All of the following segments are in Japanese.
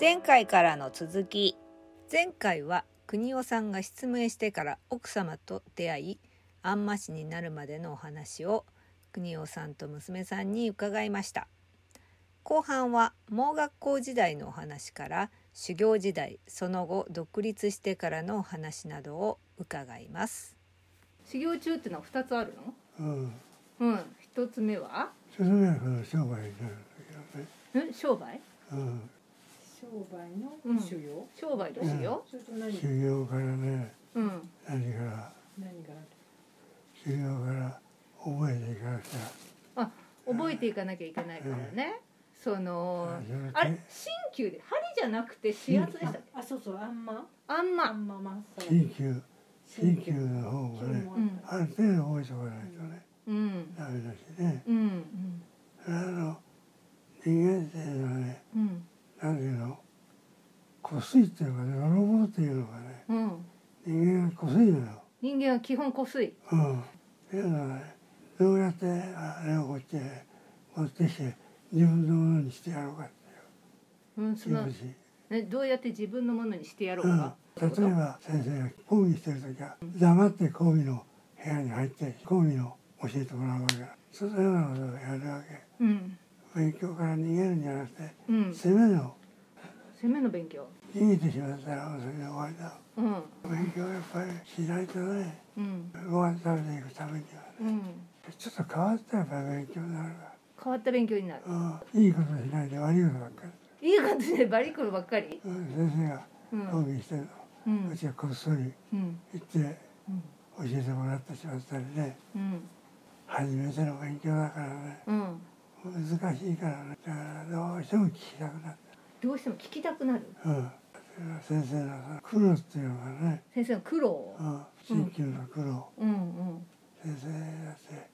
前回からの続き前回は国尾さんが失明してから奥様と出会い安間氏になるまでのお話を国尾さんと娘さんに伺いました後半は盲学校時代のお話から修行時代その後独立してからのお話などを伺います修行中ってのは2つあるうん。のうん1つ目はそれなら商売になるん商売うん。商売の修行、商売の修行行それと何修行からね、うん何から、何がある修行から覚えていかなきゃ。あ覚えていかなきゃいけないからね、そのああれれ鍼灸で針じゃなくて指圧でしたっけあそうそうあんまあんあまんまマッサー緊ジ急、新緊旧急の方がね、うんある程度覚えておかないとね、うんダメだしね。うんうんあの、人間っていうのはね、うんなんていうの、こすいっていうかね、泥棒っていうのがね、うん人間がこすいのよ。人間は基本こすいうん。っていうのはね、どうやってあれをこうやって持ってきて、自分のものにしてやろうかっていう。うん気その持ちいいねどうやって自分のものにしてやろううん、か例えば先生が講義してる時は黙って講義の部屋に入って講義の教えてもらうわけだそのようなことをやるわけうん勉強から逃げるんじゃなくてうん攻めの攻めの勉強逃げてしまったらもうそれで終わりだうん勉強はやっぱりしないとねうんご飯食べていくためにはねうんちょっと変わったらやっぱり勉強になるか変わった勉強になるら、うん、いいことしないで悪いことばっかり、いい感じでバリクロばっかりうん、先生がうん講義してるうのうんちはこっそりうん行ってうん教えてもらってしまったりねうん初めての勉強だからねうん難しいからねだからどうしても聞きたくなってどうしても聞きたくなるうんそれは先生のその苦労っていうのがね、先生の苦労をうん、新旧の苦労、うんうん先生だって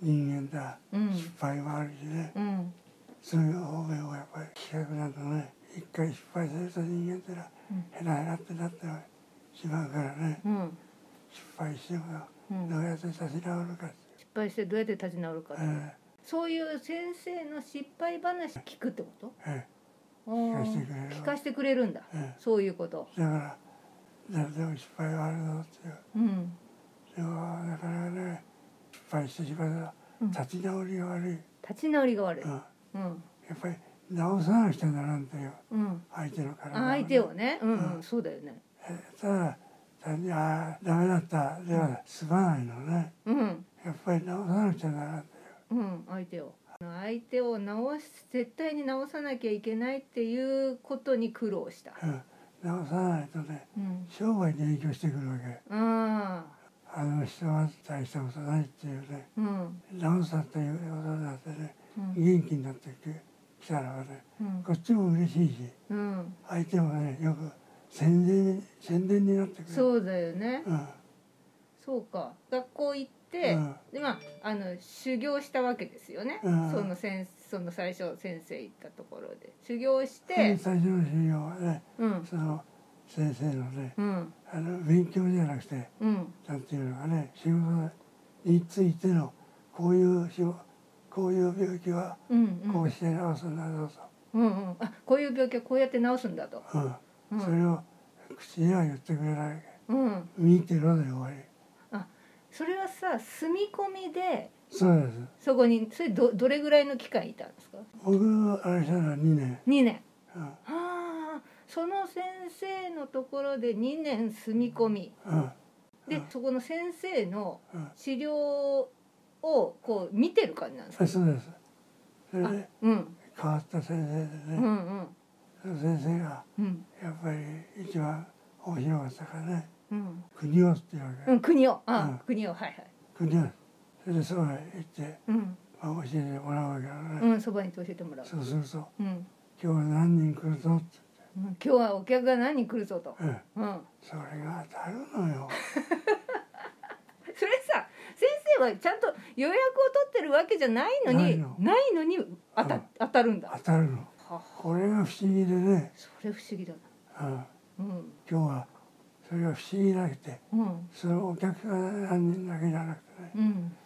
人間だうん失敗もあるしねうんそういう方面をやっぱり聞きたくなるとね一回失敗すると人間ってのはうんへなへなってなってしまうからねうん失敗してもうんどうやって立ち直るかって、失敗してどうやって立ち直るかとうか、んそういう先生の失敗話聞くってことうん聞かせてくれる聞かせてくれるんだ、うんそういうことだから誰でも失敗はあるぞっていううんでもなかなかね失敗してしまうんうと立ち直りが悪い、立ち直りが悪いうん、やうんっぱり直さなくちゃならんといううん相手の体あ相手をねうん、うんうんそうだよねえただ単に「ああダメだった」では済まないのねうんやっぱり直さなくちゃならんといううん相手を相手を直す絶対に直さなきゃいけないっていうことに苦労した、うん、直さないとねうん、商売に影響してくるわけああの人は大したことないっていうねーうん直さということになってねうん元気になってきたらばねうんこっちも嬉しいしうん相手もねよく宣伝に宣伝になってくるそうだよねうんそうか学校行って、うんでまああの修行したわけですよね、うんその先その最初先生行ったところで修行し最て初の修行はねうんその先生のねうんあの勉強じゃなくてうんなんていうのかね仕事についてのこういう仕事こういう病気はうんうんこうして治すんだぞうんうんあこういう病気はこうやって治すんだとと、うんうんそれを口には言ってくれないうん見てろで終わりそれはさ住み込みでそうですそこにそれどどれぐらいの期間いたんですか僕あれしたのは2年、 2年うんああその先生のところで2年住み込みうんで、うんそこの先生のうん、治療をこう見てる感じなんですかあそうですそれでうん変わった先生うんでうね、んその先生がうんやっぱり一番面白かったからねうん国をっていうわけ、うん国をうんあ国をはいはい国をそれでそばへ行って、うんまあ、教えてもらうわけだね、うんそばに教えてもらうそうするとうん「今日は何人来るぞ」ってうん今日はお客が何人来るぞと言って、うんうん、それが当たるのよそれさ先生はちゃんと予約を取ってるわけじゃないのないにのないのに当たうん当たるんだ当たるのはこれが不思議でね、それ不思議だなうん、うん今日はそれが不思議なくてうんそのお客さん何人だけじゃなくてねうん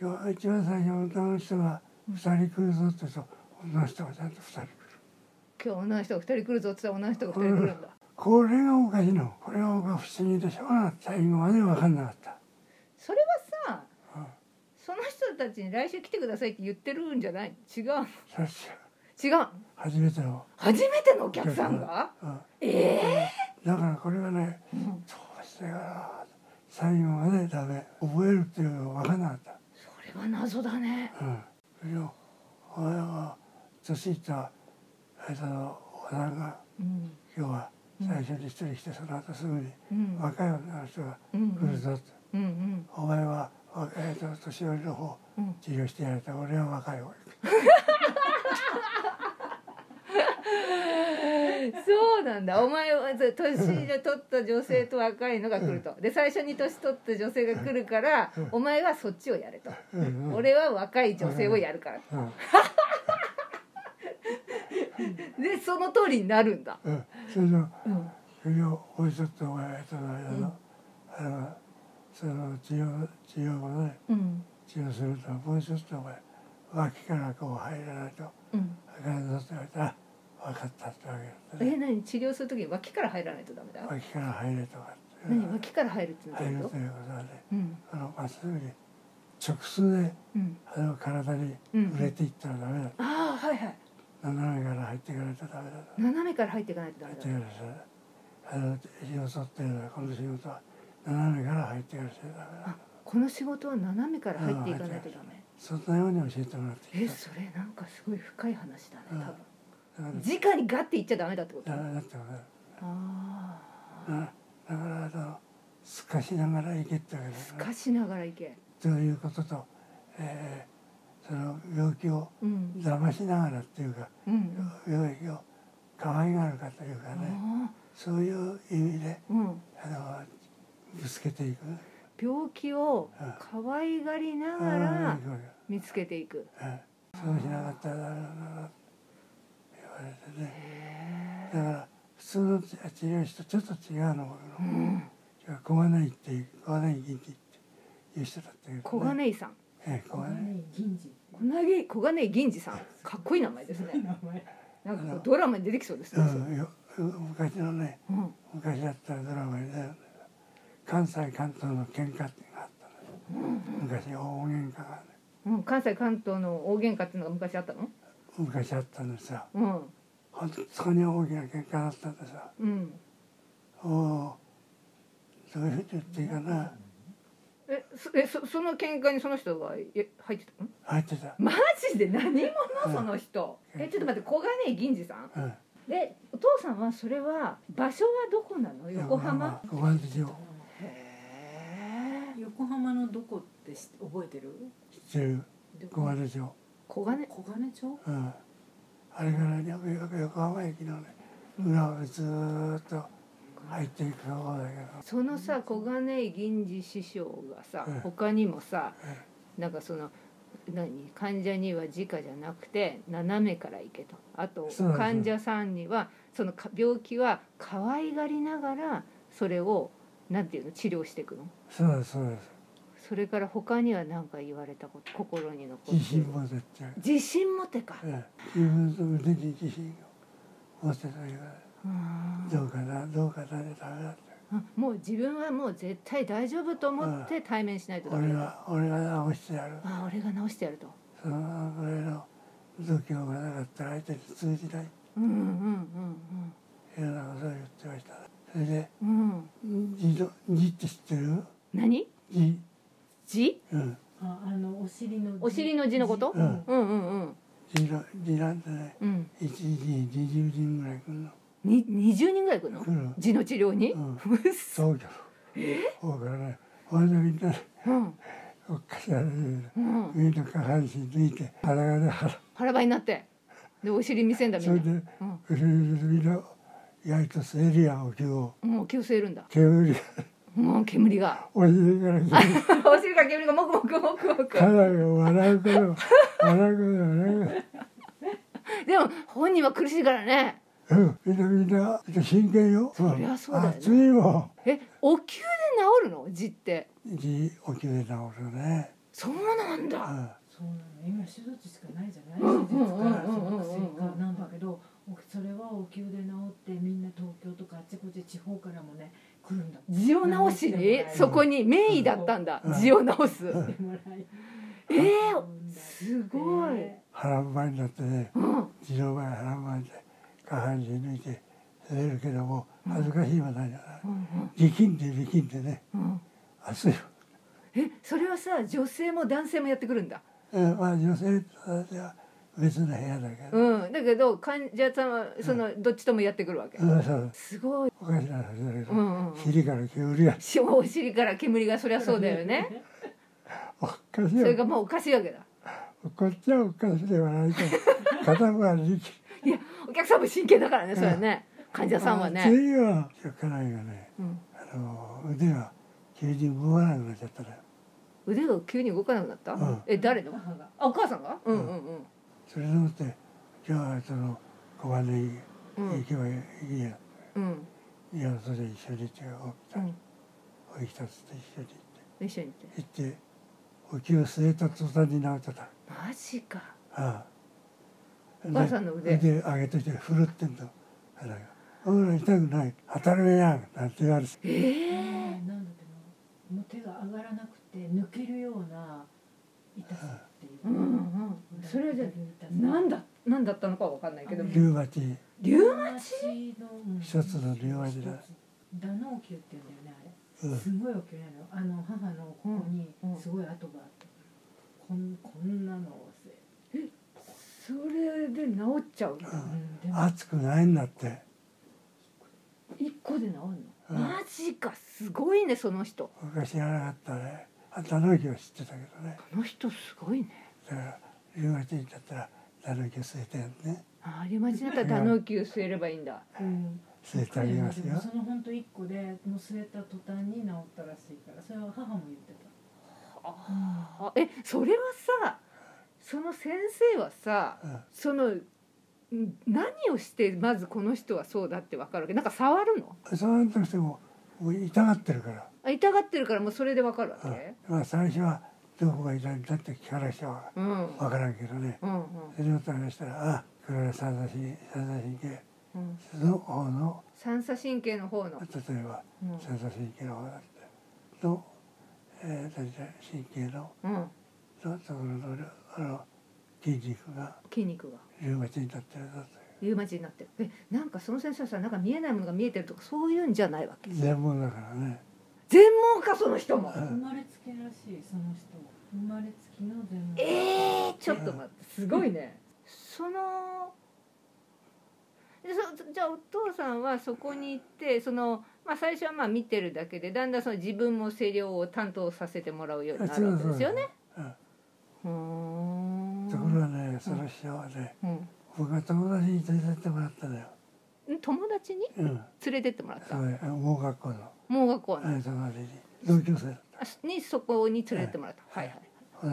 今日は一番最初の女の人が2人来るぞって言うと女の人がちゃんと2人来る今日女の人が2人来るぞって言ったら女の人が2人来るんだこれがおかしいのこれがおか不思議でしょうがな最後まで分かんなかったそれはさその人たちに来週来てくださいって言ってるんじゃない違うのそして違う初めての、初めてのお客さんがうんええだからこれがねうんどうしてかな最後までダメ覚えるっていうのが分かんなかったそれは謎だねうん、それを俺は年いったあいつのおばさんがうん今日は最初に一人来てその後すぐにうん若い女の人がうん来るぞって、うんうんお前は若いと年寄りの方うん治療してやれた俺は若い方行くそうなんだお前はず年の取った女性と若いのが来るとで最初に年取った女性が来るからお前はそっちをやれとうんう ん俺は若い女性をやるからうんでその通りになるんだうん、それのうん首を置いとってお前との間の、あのその治療治療をねうん治療するともうちょっとお前脇からこう入らないとうん分かるぞって言われたら分かったってわけだえ何治療する時に脇から入らないとダメだ脇から入れとかってい何うのは脇から入るって入言うることということはねうんあのまっすぐに直通でうんあの体にうん触れていったらダメだ、ああはいはい斜めから入っていかないとダメだと斜めから入っていかないとダ入メっだていかないとダメだあの火を取ってるのはこの仕事は斜めから入っていかないとダメあだこの仕事は斜めから入っていかないとダメそんなように教えてもらってえきたそれなんかすごい深い話だねうん多分だから直にガッていっちゃダメだってことダあメだってことあだなだからあのすかしながら行けってわけだすからかしながらいけということと、えーその病気をうん騙しながらっていうかうんうん病気を可愛がるかというかねあそういう意味でーうんあのぶつけていく。病気をうん可愛がりなあがあら見つけていくそうしなかったらダメだなって言われてねへだから普通の治療師とちょっと違うのかえうな。ん小金井っていう小金井銀っていう人だったけど、ね、小金井さんええ小小金井金井銀次小金井小金井銀次さんかっこいい名前ですね名前なんかこうドラマに出てきそうですねうんよ昔のねうん昔だったドラマでね関西関東の喧嘩っていうのがあったのよ昔大喧嘩がねうん関西関東の大喧嘩っていうのが昔あったの昔あったんですようん本当に大きな喧嘩だったんですようんおおどういうふうに言っていいかなえそえそその喧嘩にその人がえ入ってたの入ってた、マジで何者うんその人えちょっと待って小金井銀次さんうん、でお父さんはそれは場所はどこなの横浜横浜でよへえ横浜のどこって知って覚えてる知ってる横浜でしょ小金井小金町うんあれからね横浜駅のね裏をずーっと入っていくところだけどそのさ小金井銀次師匠がさうん他にもさええなんかその何患者には直じゃなくて斜めから行けとあとそうですね患者さんにはそのか病気は可愛がりながらそれをなんていうの治療していくのそうですそうですそれから他には何か言われたこと心に残って自信る持てっていう自信持てかええ自分の腕に自信を持ってたけうんどどうかなどうかなでダメだってあもう自分はもう絶対大丈夫と思って対面しないとダメ俺だは俺が直してやるあ俺が治してやるとそのぐらいの度胸がなかったら相手に通じないうんうんいうようなことを言ってましたそれでうんうんうん「じ」の「じ」って知ってる?何「じ字」うんああのお尻のお尻の字のことうんうんうんうん「じ」の「じ」なんてねうん1時20人ぐらい来るのに20人ぐらい来るの来る痔の治療に、うんうっそ東京の方からね俺のみんなうんおっかしなねうん上の下半身抜いて裸で腹腹ばいになってでお尻見せんだみそれんでな、うるうるの焼いたセリアを今うん、もう気を吸えるんだ日煙がもう煙がお尻から来て お尻から煙がもくもくもくもく家内が笑うから笑うからねでも本人は苦しいからねうんみんなみんなみんな真剣よそりゃそうだよね暑いもえお灸で治るの痔ってんじお灸で治るねそうなんうだ、んそうなの今手術しかないじゃないうん手術うんかうんうんうんその薬かなんだけどそれはを直しうんえそこに名医だったんだうん字を直すうんもらいえー、すごい、腹ばいになってねうん、自動前腹ばいで下半身抜いて出るけども恥ずかしいはないじゃないうん力んで力んでねうん熱いよえそれはさ女性も男性もやってくるんだえーまあ女性と私は別の部屋だけど、うんだけど患者さんはそのどっちともやってくるわけうん、そうすごいおかしな話だけど、うんうんうん尻から煙がしお尻から煙がそりゃそうだよねおっかしいそれよがもうおかしいわけだこっちはおっかしいで はないと片方は力お客さんも真剣だからねそれはね患者さんは熱ね、いよ家内がねうん、あの腕が急に動かなくなっちゃったら腕が急に動かなくなった、うんえ誰の母があお母さんがうんうんうんそれでもって今日はその小金井う行んけばいいや、うんいやそれで一緒に行って起きた、うん起きたっつって一緒に一緒に行って行って行ってお灸を据えた途端に治ってた。マジかああお母さんの腕腕上げといて振るってんのあれが「おら痛くない当たり前やん」なんて言われてええなんだけどもう手が上がらなくて抜けるような痛さっていううんうんそれじゃなんだなんだったのかは分かんないけどリュウマチリュウマチ一つのリウマチだダノーキュって言うんだよねあうれんすごいお灸なのあの母のここにすごい跡があったこんこんなのをせそれで治っちゃうんだうんでも熱くないんだって一個で治るの、うんマジかすごいねその人昔知らなかったねあんたの木は知ってたけどねこの人すごいねだからリュウマチだったらダノキを据えてやるねあリウマチだったらダノキを吸えればいいんだうん据えてあげますでもよその本当一個でもう据えた途端に治ったらしいからそれは母も言ってあえそれはさその先生はさうんそのん何をしてまずこの人はそうだって分かるわけなんか触るのそうなったとしてももう痛がってるから、あ痛がってるからもうそれで分かるわうんけ、まあ最初はどこが痛いんだって聞かれる人はうん、うん分からんけどねうんそれを話したら「あこれは三叉神三叉神経うんの方の三叉神経の方の、例えばうん三叉神経の方だっての、えー、大体神経のうん、のところのあの筋肉が筋肉がリウマチになってるぞリウマチになってるえなんかその先生はさなんか見えないものが見えてるとかそういうんじゃないわとけいう全盲だからね全盲かその人もうた生んまれつきらしいその人生まれつきの全盲えー、ちょっと待ってすごいねそのでそじゃあお父さんはそこに行ってその、まあ、最初はまあ見てるだけでだんだんその自分も声量を担当させてもらうようになるわけですよね。うんうーんところがねその師匠はねうん僕が友達に連れてってもらったのよ、ん友達にうん、連れてってもらったそうね盲学校の、盲学校のえー、隣に同級生だったあにそこに連れてってもらった、うんは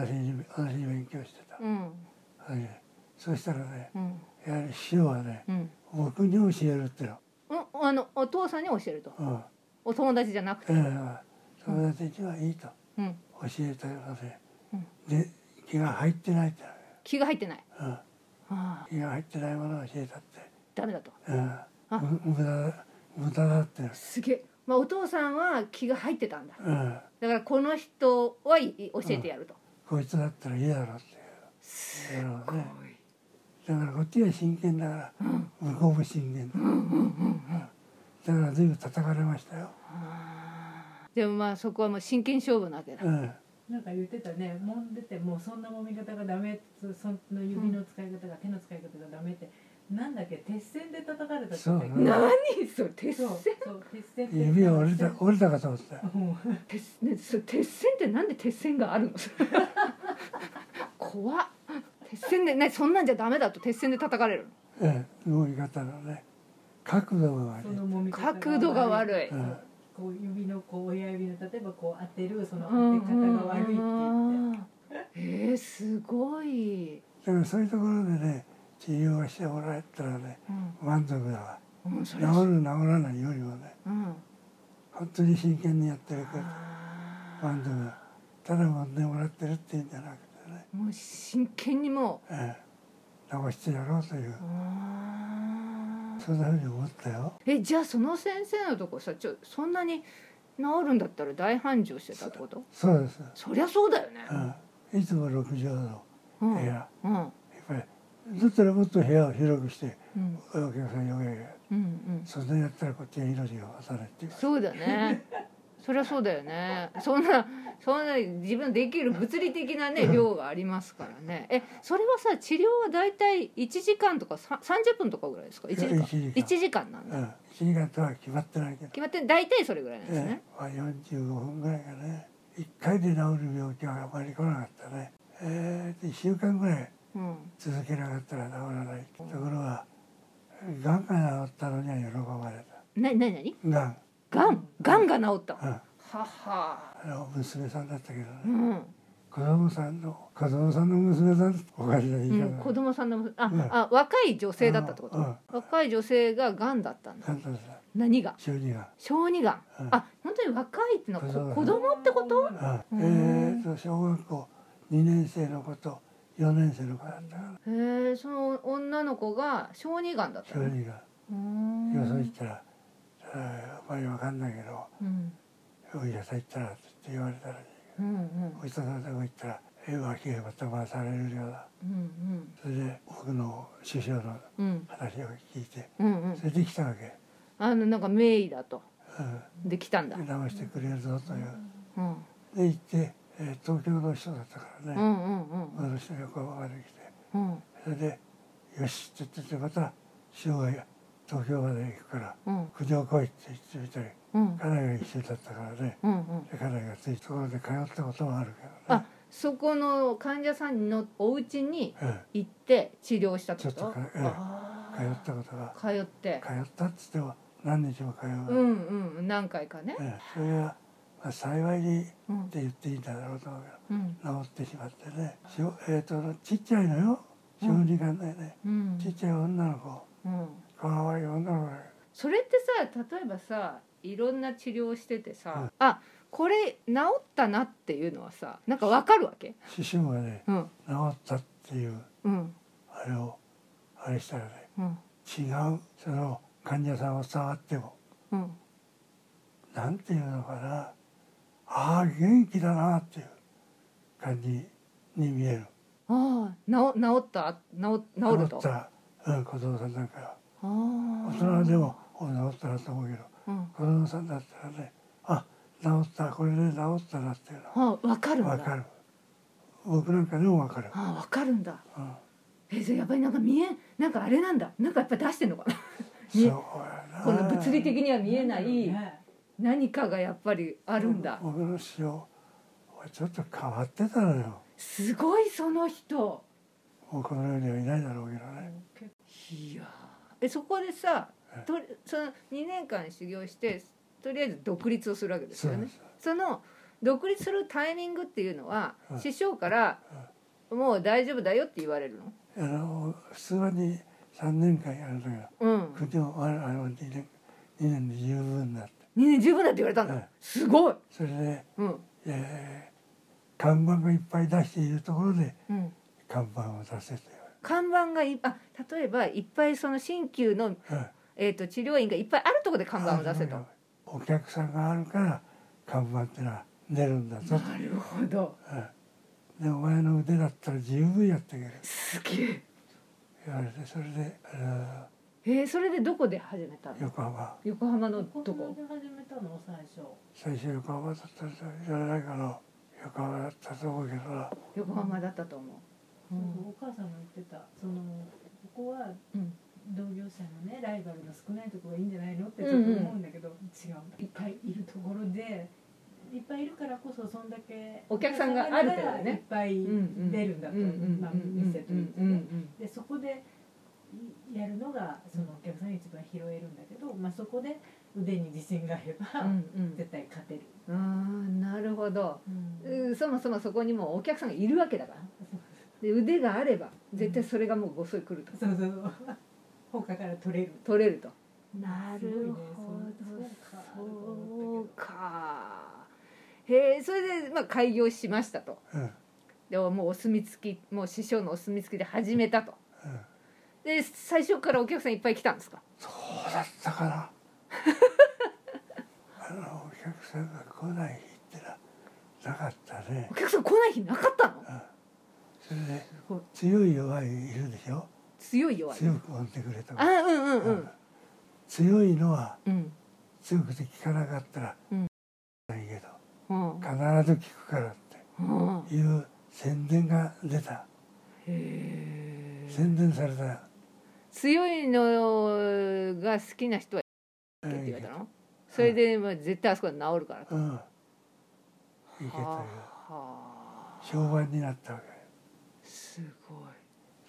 いはい同じに同じに勉強してた、うんはいねそしたらねうんやはり師匠はねうん僕に教えるっての、おあのお父さんに教えるとうんお友達じゃなくえて、ー、友達にはいいとうん、教えたのでうん、で気が入ってないって気が入ってない、のよ、ああうん、気が入ってないものを教えたって、ダメだとうんあ、む無駄だ無駄だっての、すげえ、まあ、お父さんは気が入ってたんだうん、だからこの人はいい教えてやると、こいつだったらいいだろうってすいうのごいねだからこっちが真剣だからうん向こうも真剣だ、だから随分叩かれましたよ、ああでもまあそこはもう真剣勝負なわけだ、うん、なんか言ってたね揉んでてもうそんな揉み方がダメそその指の使い方が手の使い方がダメってなんだっけ鉄線で叩かれたって言ったっうんけ何それ鉄そう線そう鉄線って指が折れた折れたかと思ったようん鉄,、ね、そ鉄線ってなんで鉄線があ るの怖っ鉄線でねそんなんじゃダメだと鉄線で叩かれるええ、動き方のね角度が悪そい、の揉みの方 が角度が悪い、うんこう指のこう親指の例えばこう当てるそのうん当て方が悪いって言ってえー、すごい、だからそういうところでね治療をしてもらえたらねうん満足だわうん、そ治れるは治らないよりもねうん本当に真剣にやってるからあ満足だただ揉んでもらってるっていうんじゃなくてね、ーもう真剣にもええ、治してやろうといううあーそんなふうに思ったよえじゃあその先生のとこさちょそんなに治るんだったら大繁盛してたってことそうです、そりゃそうだよね、うん、いつも6畳のうん部屋やうんっぱりだったらもっと部屋を広くしてうんお客さん呼べやうんうんそんなやったらこっちに命が渡るっていうそうだね。そりゃそうだよね。そんな、そんな自分できる物理的なね、量がありますからね。え、それはさ、治療はだいたい一時間とか、さ三十分とかぐらいですか。一時間。 1時間一時間なんうだ。ん、1時間とは決まってないけど決まって、だいたいそれぐらいなんですえね。えまあ、45分ぐらいがね1回で治る病気はあまり来なかったね、えー、1週間ぐらいうん。続けなかったら治らないところはがんが治ったのには喜ばれな、なになに。たがん、がん、がんが治ったの。うん、はは。あの娘さんだったけどうねん。子供さんの子供さんの娘さんおかしな言いうん、方子供さんの、あうん、あ、若い女性だったってことうん。若い女性ががんだったんだな。んだった何が。小児が小児がん。うんあ、本当に若いってのは、そうだこね子供ってこと。うんえー、と小学校2年生の子と4年生の子だったからへえその女の子が小児がんだった小の児がうーんよそ行ったら「えーあんまりわかんないけどうんお医者さん行ったら」って言われたらうんうんお医者さんのとこ行ったらえー脇がまた回されるようだうんそれで僕の師匠のうんうん話を聞いてうんうんそれで来たわけ、あのなんか名医だとうできたんだ、ん、直してくれるぞといううん、で行って、えー東京の人だったからうね、んうんうんあの人が横浜まで来てうんそれで「よし」って言っててまた師匠が東京まで行くからうん「九条来い」って言ってみたりうん家内が一緒だったからねうんうんで家内がついたところで通ったこともあるけどあね、そこの患者さんのお家にうん、行って治療したってちょこっととか、えあえ、通ったことがー通って通ったっつっても何日も通う、うんうん何回かねええそれは、まあ、幸いにってうん言っていいんだろうと思うけうんど治ってしまってねしょえー、とちっちゃいのよ小児がね、うんちっちゃい女の子うんかわいい女の子がそれってさ例えばさいろんな治療しててさ、うんあこれ治ったなっていうのはさなんかわかるわけ師匠がねうん治ったっていううんあれをあれしたらねうん違うその患者さんを触ってもうんなんていうのかなああ元気だなっていう感じに見えるああ治治った治治ると治った、うん、子供さんなんかあ大大人でもお治ったなと思うけどうん子供さんだったらねあ治ったこれで治ったなっていうあわかるんのだわかる僕なんかでもわかる、あわかるんだうん、えそれやっぱりなんか見えなんかあれなんだなんかやっぱ出してんのかなそう見やえなこの物理的には見えなうんい何かがやっぱりあるんだ僕の師匠はちょっと変わってたのよすごいその人もうこの世にはいないだろうけどね結いやーえそこでさはいとその2年間修行してとりあえず独立をするわけですそうよでねすその独立するタイミングっていうのは、はい師匠から、もう大丈夫だよ」って言われるのあの普通はに3年間やるんだけどうん国もああの2年二年で十分だって2年十分だって言われたんだ、はいすごいそれで、うんえー看板がいっぱい出しているところでうん看板を出せと看板がいあ例えばいっぱいその鍼灸の、言われる、えー、と治療院がいっぱいあるところでう看ん板を出せとあそうよお客さんがあるから看板ってのは出るんだぞと、なるほどうん、でお前の腕だったら十分やってくれるすげえ言われてそれで、あえーそれでどこで始めたのの横浜横浜の構どこで始めたの最初最初横浜だったんじゃないかな横浜だったと思うけどな横浜だったと思う、なんかお母さんが言ってたそのここはうん同業者のねライバルの少ないところがいいんじゃないのってちょっと思うんだけど、違うんだいっぱいいるところでいっぱいいるからこそそんだけお客さんがあるってことだねいっぱい出るんだと、まあ、店というかね、でそこでいやるのがそのお客さんが一番拾えるんだけど、まあ、そこで腕に自信があれば、絶対勝てる、あーなるほどうんそもそもそこにもうお客さんがいるわけだからで腕があれば絶対それがもうごっそり来るとそうそうそう 他から取れる取れるとそうかへえそれでまあ開業しましたとうんうんでもうお墨付きもう師匠のお墨付きで始めたとで最初からお 客さんいっぱい来たんですかそうだったかなあのお客客さんが来ない日ってのはなかったねお。客さん来ない日なかったのうんそれですごい強い弱いいるでしょ強い弱い強く追ってくれとあか、うんうんうん強いのはうん強くて聞かなかったら、うんないけどうん必ず聞くからっうんていう宣伝が出たへー宣伝された強いのが好きな人はういいっんて言いいわけれとたのそれでまあ絶対あそこで治るからとうんいいけというはあ評判になったわけすご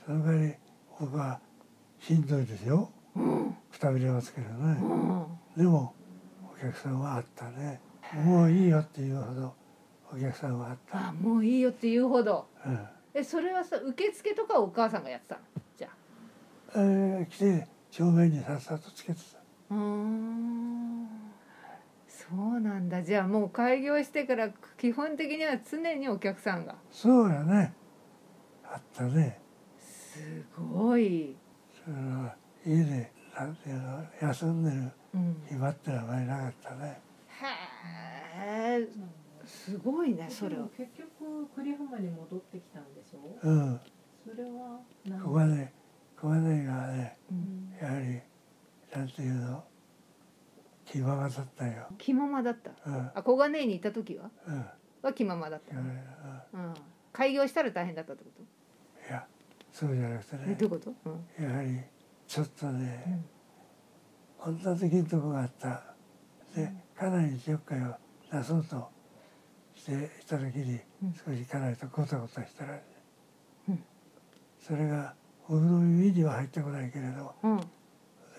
その代わり僕はしんどいですよいうんくたびれますけどねうんでもお客さんはあったねもういいよっていうほどお客さんはあった、あもういいよって言うほどうんえそれはさ受付とかはお母さんがやってたのじゃあえー来て正面にさっさとつけてたうーんそうなんだじゃあもう開業してから基本的には常にお客さんがそうやねあったねすごい、それは家でなんていうの休んでるうん、暇ってのはあまりなかったねへえすごいねそれではも結局栗浜に戻ってきたんでしょうんそれは何ここでここでがねうんやはりなんていうの気ままだったよ気ままだったうんうんあ小金井にいた時はうんは気ままだっいた、や,、うん、うん、開業したら大変だったってこといやそうじゃなくてえねどういうこと、うんやはりちょっとね、女的なとこがあったで家内にちょっかいを出そうとしていた時にうん少し家内とゴタゴタしたらうしい、んそれが僕の耳には入ってこないけれどうん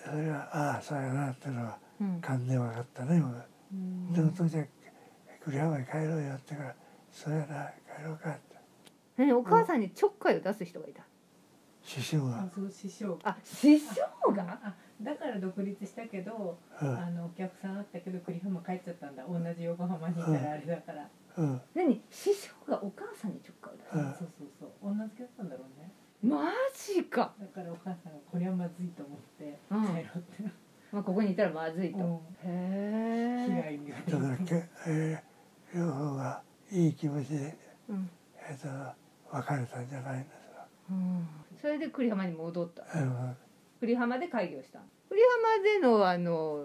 それがああそうやなっていうのはうん勘で分かったね僕。うんでお父ちゃん栗浜に帰ろうよって言うから「そうやな帰ろうか」ってえお母さんにちょっかいを出す人がいた師匠あが、そう師匠あ師匠があだから独立したけどうんあのお客さんあったけど栗浜帰っちゃったんだ同じ横浜にいたらあれだから、うん、何師匠がお母さんにちょっかいを出すうんそうそうそう同じだったんだろうねマジか、だからお母さんがこれはまずいと思ってうん帰ろうって、まあ、ここにいたらまずいと、うんへ被え、害にだからけ、えー両方がいい気持ちで、うんえー、と別れたんじゃないんですかうん、それで栗浜に戻ったあの栗浜で開業したの栗浜でのあの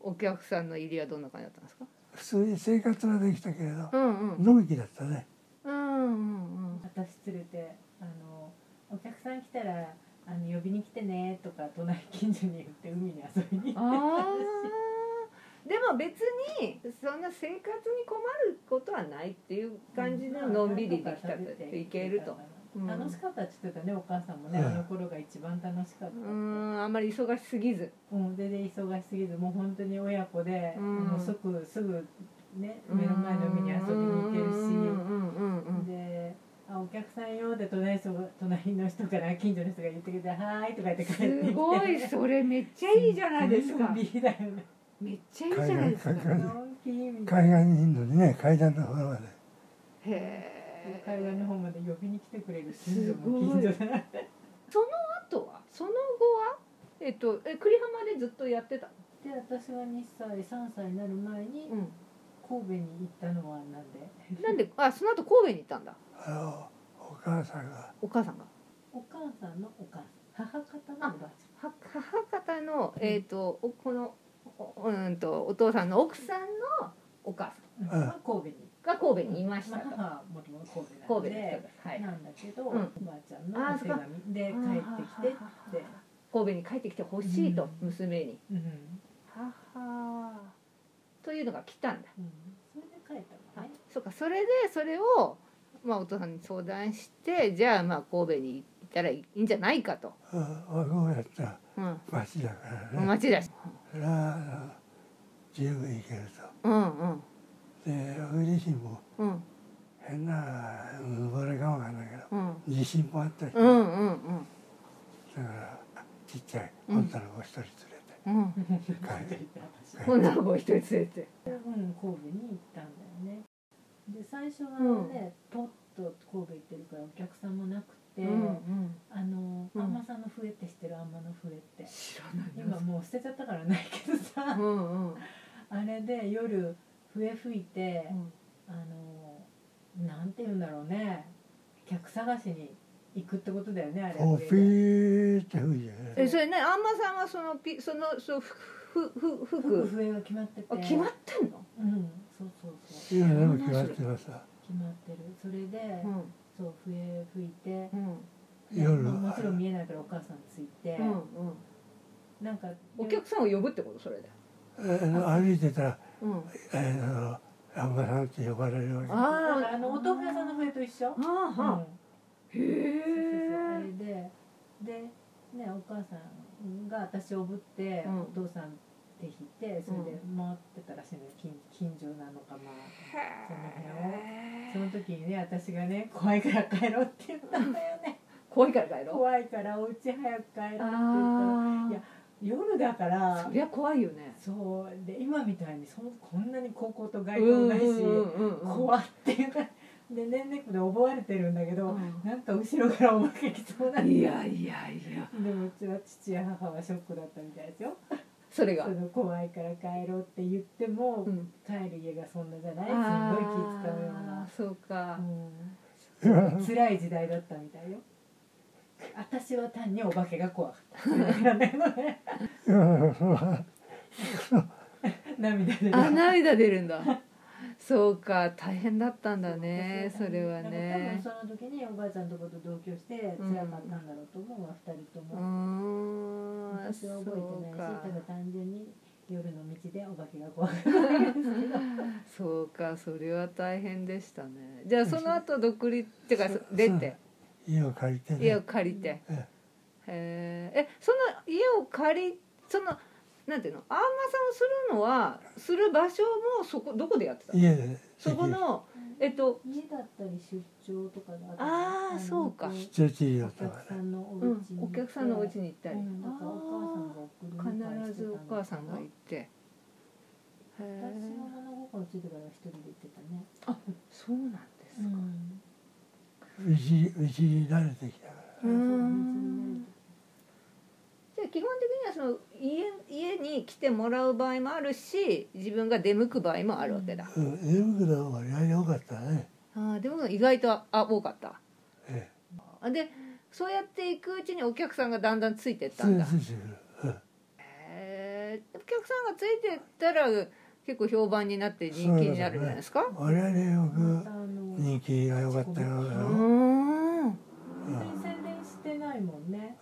お客さんの入りはどんな感じだったんですか普通に生活はできたけれどう、んうんのびきだったねうんうんうん私連れてあの「お客さん来たらあの呼びに来てね」とか隣近所に言って海に遊びに行ってあーでも別にそんな生活に困ることはないっていう感じののんびりできたといけるとうん楽しかったって言ってたねお母さんもね、うんあの頃が一番楽しかったってう、んあんまり忙しすぎずうん、でで忙しすぎずもう本当に親子で、うんあの即すぐね目の前の海に遊びに行けるし、うんうんうんうんであお客さん用で隣の人が隣の人から近所の人が言ってくれて「はーい」とか言って帰ってきてすごいそれめっちゃいいじゃないです のかんびりだよねめっちゃいいじゃないですか海外海外のんびりみたい海岸にいるのにね階段の方までなへ海岸のえ方まで呼びに来てくれるすごい近所だなあとはその後はえっとえ栗浜でずっとやってたで私が2歳3歳になる前にうん神戸に行ったのはなんでなんであその後神戸に行ったんだあのお母さんがお母さんがお母さんのお母さん母方のおばあちは母方のえっとおこのおうんとお父さんの奥さんのお母さんゃんうんが神戸にが神戸にいましまたあと母はもともと神戸なん神戸での人ですはいなんだけど、うんおばあちゃんのあーお手紙で帰ってきてって、神戸に帰ってきてほしいとうん娘にうんははというのが来たんだうん、それで帰ったあのねそうかそれでそれを、まあ、お父さんに相談してじゃあまあ神戸に行ったらいいんじゃないかと、 「うん和合やったうん、町だからね町だし、それはあの自由に行けるうんうんとで僕自身もうん変なうぼれかもわかんないけどうん自信もあったし、うんうんだからちっちゃいうん女の子一人連れてうんうん 帰るう女の子を一人連れてん、神戸に行ったんだよねで最初はね、ポッと神戸行ってるからお客さんもなくて、んあのうんあんまさんの笛って知ってるあんまの笛って知らな今もう捨てちゃったからないけどさ、うんうんあれで夜笛吹いて、うんあのなんて言うんだろうね客探しに行くってことだよねあれこうピーって吹いてねえそれねあんまさんはそのピそのそうふふふ吹く服笛が決まっててあ決まってんの？うんそうそうそう今でも決まってますわ決まってるそれで、うんそう笛吹いてう、ん夜ももちろん見えないからお母さんついて、うんうん。なんかお客さんを呼ぶってことそれで。えー歩いてたらうん。 「えーあのあんまさん」って呼ばれるようにだからあのお豆腐屋さんの笛と一緒あーはうんーへそうそうそうあえれ。ででねお母さんが私をおぶって、うんお父さん手引いてそれで回ってたらしいのよ近近所なのかまあその時にね私がね怖いから帰ろうって言ったんだよね怖いから帰ろう。怖いからお家早く帰ろうって言ったらあいや夜だからそりゃ怖いよね。そうで今みたいにそんこんなに高校とう外ん交ないし、うんうんうん。怖っていうかでねんねくで覚われてるんだけど、うんなんか後ろからおまけきそうなんだいやいやいや。でもうちは父や母はショックだったみたいですよそれがそ。の怖いから帰ろうって言っても、ん。帰る家がそんなじゃないすあんごい気使うようなー、そうか。うん、辛い時代だったみたいよ私は単にお化けが怖かった 涙出るあ涙出るんだそうか大変だったんだね私それはなんねか多分その時におばあちゃんとこと同居してうん辛かったんだろうと思うわ、二人とうーも、ん私は覚えてないそしうたかだ単純に夜の道でお化けが怖かったそうかそれは大変でしたねじゃあその後独立っていうかそう出て家を借りて家をね借りてえへーえその家を借りそのなんていうのあんまさんをするのはする場所もそこどこでやってたの家ででそこのえっと家だったり出張とかがあーそうかおきる父だった客かさらねんのお家うに、んお客さんのお家に行ったりうんだからお母さんが送り必迎えしてたのかなずお母さんが行ってへ私えの物心ついてから一人で行ってたね、そうなんですか、うちうちに慣れてきたからうーんんじゃあ基本的にはその家家に来てもらう場合もあるし自分が出向く場合もあるわけだ、うん眠くの割合良かったねああでも意外とあ多かったええあでそうやっていくうちにお客さんがだんだんついてったそれんでだついてくるうんへえお客さんがついてったら結構評判になって人気になるんじゃないですかう,、俺はねまよたあのく人気が良かったよ、ーうんん別に宣伝してないもんね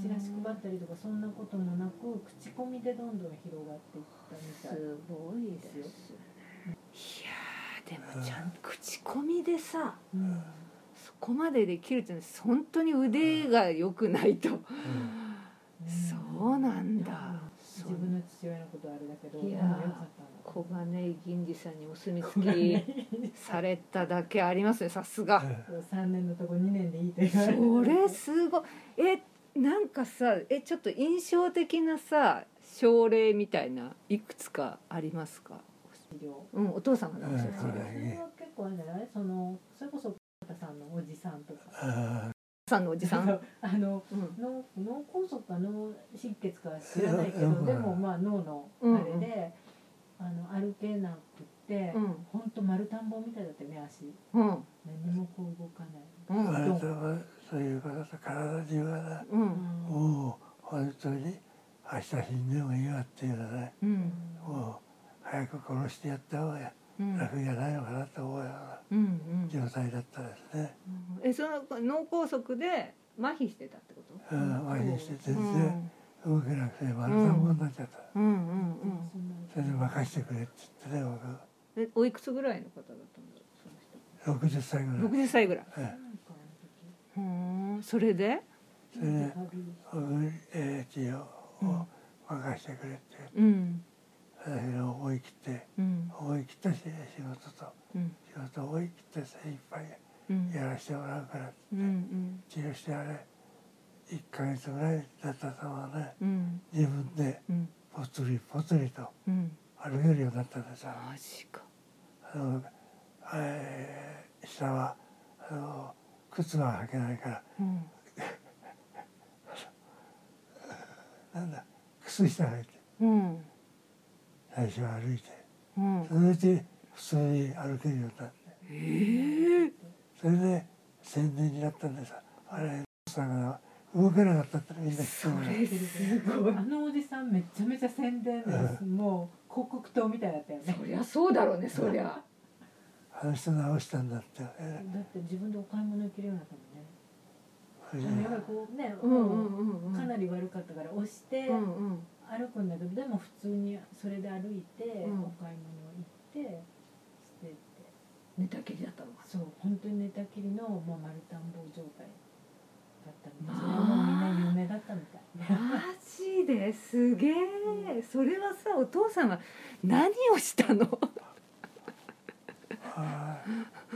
チラシ配ったりとかそんなこともなく口コミでどんどん広がっていったみたいすごいですねいやーでもちゃんと口コミでさうんそこまでできるっていうのは本当に腕が良くないと、そうなんだ、自そう分の父親のことはあれだけどいやーでもよかったんだ小金井銀次さんにお墨こが付ねきされただけありますねさすが3年のとこ2年でいいと言われてそれすごいえなんかさえちょっと印象的なさ症例みたいないくつかありますか治療うんお父さんがうん直そしうてたお父だそれねは結構あれじゃないそのそれこそ田さんのおじさんとかあさんのおじさ ん、 あのうん、脳脳梗塞か脳出血かは知らないけど、うんでもまあ脳のあれで、あの歩けなくって、うんほんと丸田んぼみたいだったよね足うん何もこう動かない、うんあうあんれとはそういうことと体中がなううんんもう本当に明日死んでもいいわっていうのはねうんもう早く殺してやった方がうん楽じゃないのかなと思うようなうんうん状態だったですね、えその脳梗塞で麻痺してたってことうん、麻痺して全然動けなくて丸うん太もんになっちゃった、うんうんうんうんそそんなのれで任せてくれって言ってねえおいくつぐらいの方だったんだろうその人僕60歳ぐらい、 60歳ぐらいえなんかあふーんそれでえその時れでなんか旅うんえー治療を任せてくれってうん私の思い切ってうん思い切った仕事とうん仕事を思い切って精一杯うんやらせてもらうからうんうん治療してあれ1ヶ月ぐらいだったと思うねうん自分でうんぽつりぽつりとうん歩けるようになったんですよマジかあの、えー下はあの靴は履けないからうんなんだ靴下履いてうん最初は歩いてううんそのうち普通に歩けるようになってえーそれで宣伝になったんでさあれさんが動けなかったってみんな聞そくのよれすごいあのおじさんめちゃめちゃ宣伝です、もう広告塔みたいだったよねそりゃそうだろうねそりゃあの人直したんだって、えだって自分でお買い物行けるようになったもんねそれででもやっぱりこうね、うんうんうんうんかなり悪かったから押してうんうん歩くんだけど、でも普通にそれで歩いて、うんお買い物行ってしてって寝たきりだったのかそう本当に寝たきりの、もう丸田んぼ状態だったみたいそれまあもみんな有名だったみたいマジですげえそれはさお父さんは何をしたの、あ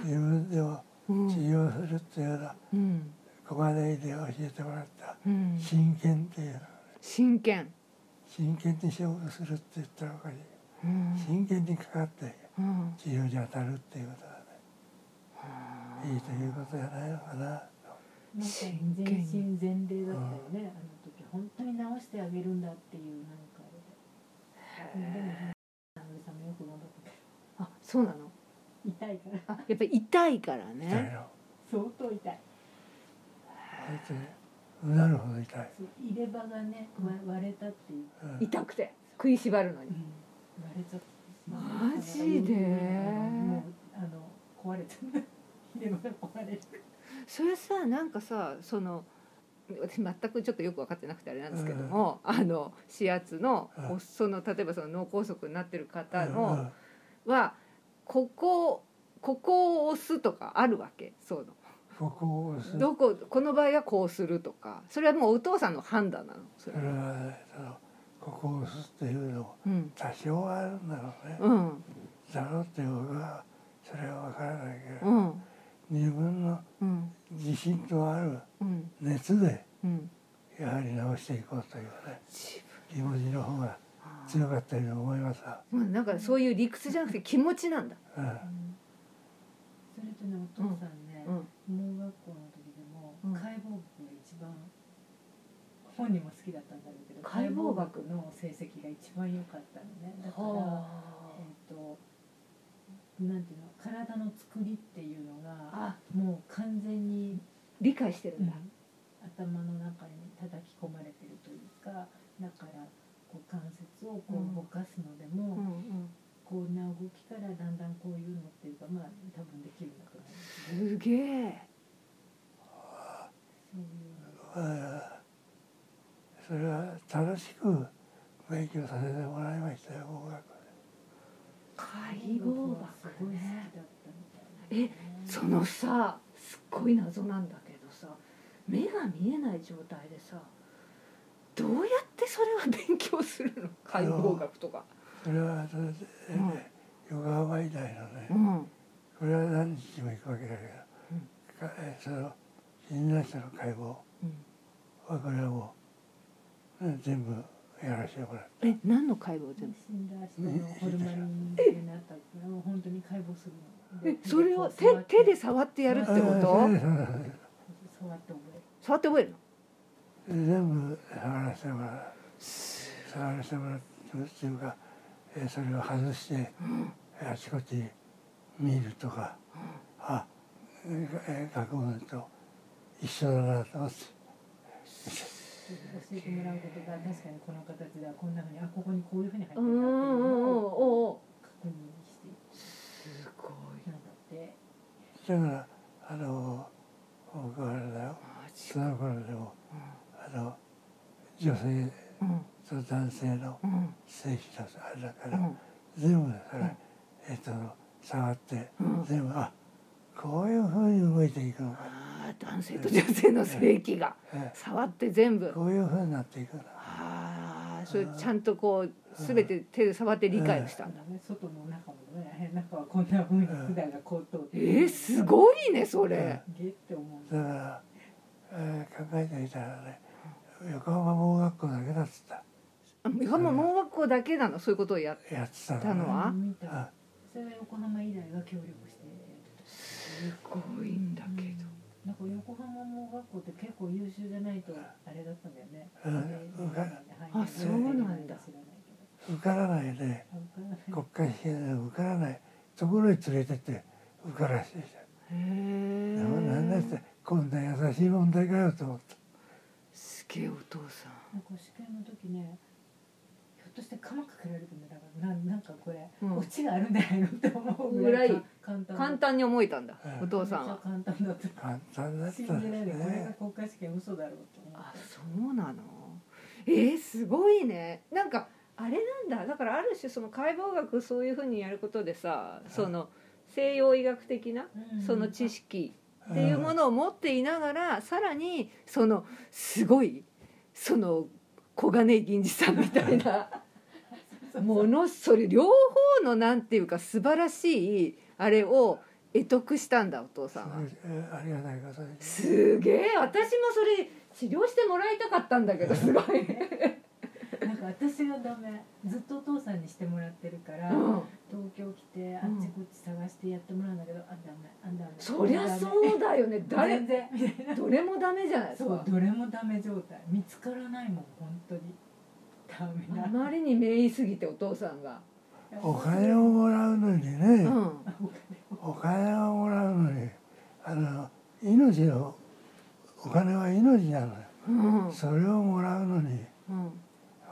ー自分でもうん治療するっていうようなうん小金井で教えてもらったうん、真剣っていうの真剣、真剣に勝負するって言ったのかにうん真剣にかかってうん治療に当たるっていうことはねいいということじゃないのかななんか真剣に全身全霊だったよねあの時本当に直してあげるんだっていうなんかあれででもあのおじさんもよく頑張ったけあそうなのど痛いからあやっぱり痛いからみたいねな相当痛い本当にうなるほど痛い、そう入れ歯がねわ割れたっていう、うん痛くて食いしばるのに割れちゃったマジでもうあの壊れちゃった 入れ歯が壊れるそれさなんかさその私全くちょっとよく分かってなくてあれなんですけども、あの指圧のうんおその例えばその脳梗塞になってる方うんうんのはここここを押すとかあるわけそうここを押すのどここの場合はこうするとかそれはもうお父さんの判断なのそれそれはねそのここを押すっていうのもうん多少はあるんだろうね、うんだろうって僕はそれは分からないけうど、ん自分のうん自信とあるうん熱でうんやはり直していこうというね自分気持ちの方が強かったように思いますわ、まあなんかそういう理屈じゃなくて気持ちなんだ。うんそれとねお父さんね、うん盲学校の時でも、うん解剖学が一番本人も好きだったんだろうけど解解剖剖学学の成績が一番良かったのねだから、えっ、となんていうの体の作りっていうのがあもう完全に理解してるんだ。頭の中に叩き込まれてるというかだからこう関節をこうんう動かすのでうも、んこんな動きからだんだんこういうのっていうかまあ多分できるんだと思うんですうねん、すげえ。まそういうあそれは楽しく勉強させてもらいましたよ音楽解剖学すごい好きね。だったみたいな、えそのさすっごい謎なんだけどさ目が見えない状態でさどうやってそれは勉強するの 解剖学とか。それはそれで、横浜以来のね、うんこれは何日も行くわけだけど、かえその診断書の解剖はうんこれはもう、うん全部やらせてもらってえ何の解剖全部死んだ人のホルマリンになったっていうのを本当に解剖するのえそれを手手で触ってやるってこあとあそうですそうです触って覚える触って覚えるの全部触らせてもらう触らせてもらうっていうかえそれを外してあちこち見るとかあえ書くものと一緒だなと思って教えてもらうことが確かにこの形ではこんなふうにあここにこういうふうに入ってうるんだっていんううんうんのをおお確認していすごいくなんだってだからあの僕はあれだよマジその頃でもあの女性うんと男性のうん性比のあれだかうら、ん全部だかうらん、えっと触って、うん全部あこういうふうに動いていくのか、あー男性と女性の性器がえ触って全部こういうふうになっていくのああそれちゃんとこう全て手で触って理解をしたなんんだだね外の中もね中はこんなふうに普段がこう通ってえるー、すごいねそれゲって思うだから、えー考えてみたらね横浜盲学校だけだっつっあもう今も盲学校だけなのそういうことをやったやってたたのねは見たあそれは横浜医大が協力してすごいんだけどなんか横浜盲学校って結構優秀じゃないとあれだったんだよね。うん入れないあそうなんだ知らないけど受からないで国会試験で受からないところに連れてって受からしてきた。へでもなんだっえてこんな優しい問題かよと思った。すげえお父さんなんか試験の時ねひょっとして鎌かけられるんだからななんかこれ、うんオチがあるんじゃないのって思うぐらいぐらい簡単簡単に思えたんだうんお父さんはは簡単だった簡単だった信んでじられすないこれがね。国家試験嘘だろうと思あそうなのえー、すごいねなんかあれなんだだからある種その解剖学そういうふうにやることでさその西洋医学的なう、うんその知識っていうものを持っていながら、さらにそのすごいその小金井銀次さんみたい なものそれ両方のなんていうか素晴らしいあれを得得したんだお父そさんはう。いうえーありがたいことに。すげえ私もそれ治療してもらいたかったんだけどすごい。なんか私がダメずっとお父さんにしてもらってるから、うん東京来てあっちこっち探してやってもらうんだけど、あダメあダメそりゃそうだよねダメ誰全然みたいなどれもダメじゃないですそうか。どれもダメ状態見つからないもん本当にダメあだまりに名医すぎてお父さんが。お金をもらうのにね、うん。おお金を金をもらうのにあの命のお金は命なのよ。うん。それをもらうのにうん。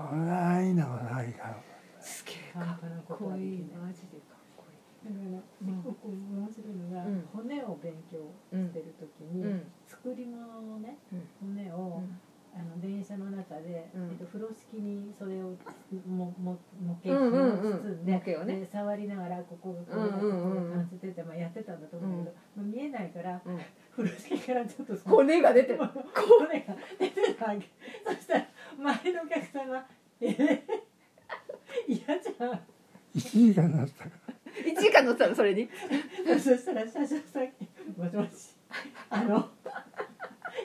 そんな安易なことはいかん。すげえ半か端なっことこはできいいないマジでかっこだからいい。うんここ面白いのが、うん骨を勉強してる時に、うん作り物のねうん骨を、あの電車の中で、うんえっと、風呂敷にそれをもも模型うんうんうん包んで,、模型をねで触りながらここがこうだこうんうんうんこが感じてて、まあ、やってたんだと思うんだけど、まあ見えないからうん風呂敷からちょっ とその骨が出てるも。う骨が出てたわけそしたら周りのお客さんが「えー、 嫌じゃん」 1時間だったか一時間乗ってたのそれに。 そしたら社長さんに「もしもし あの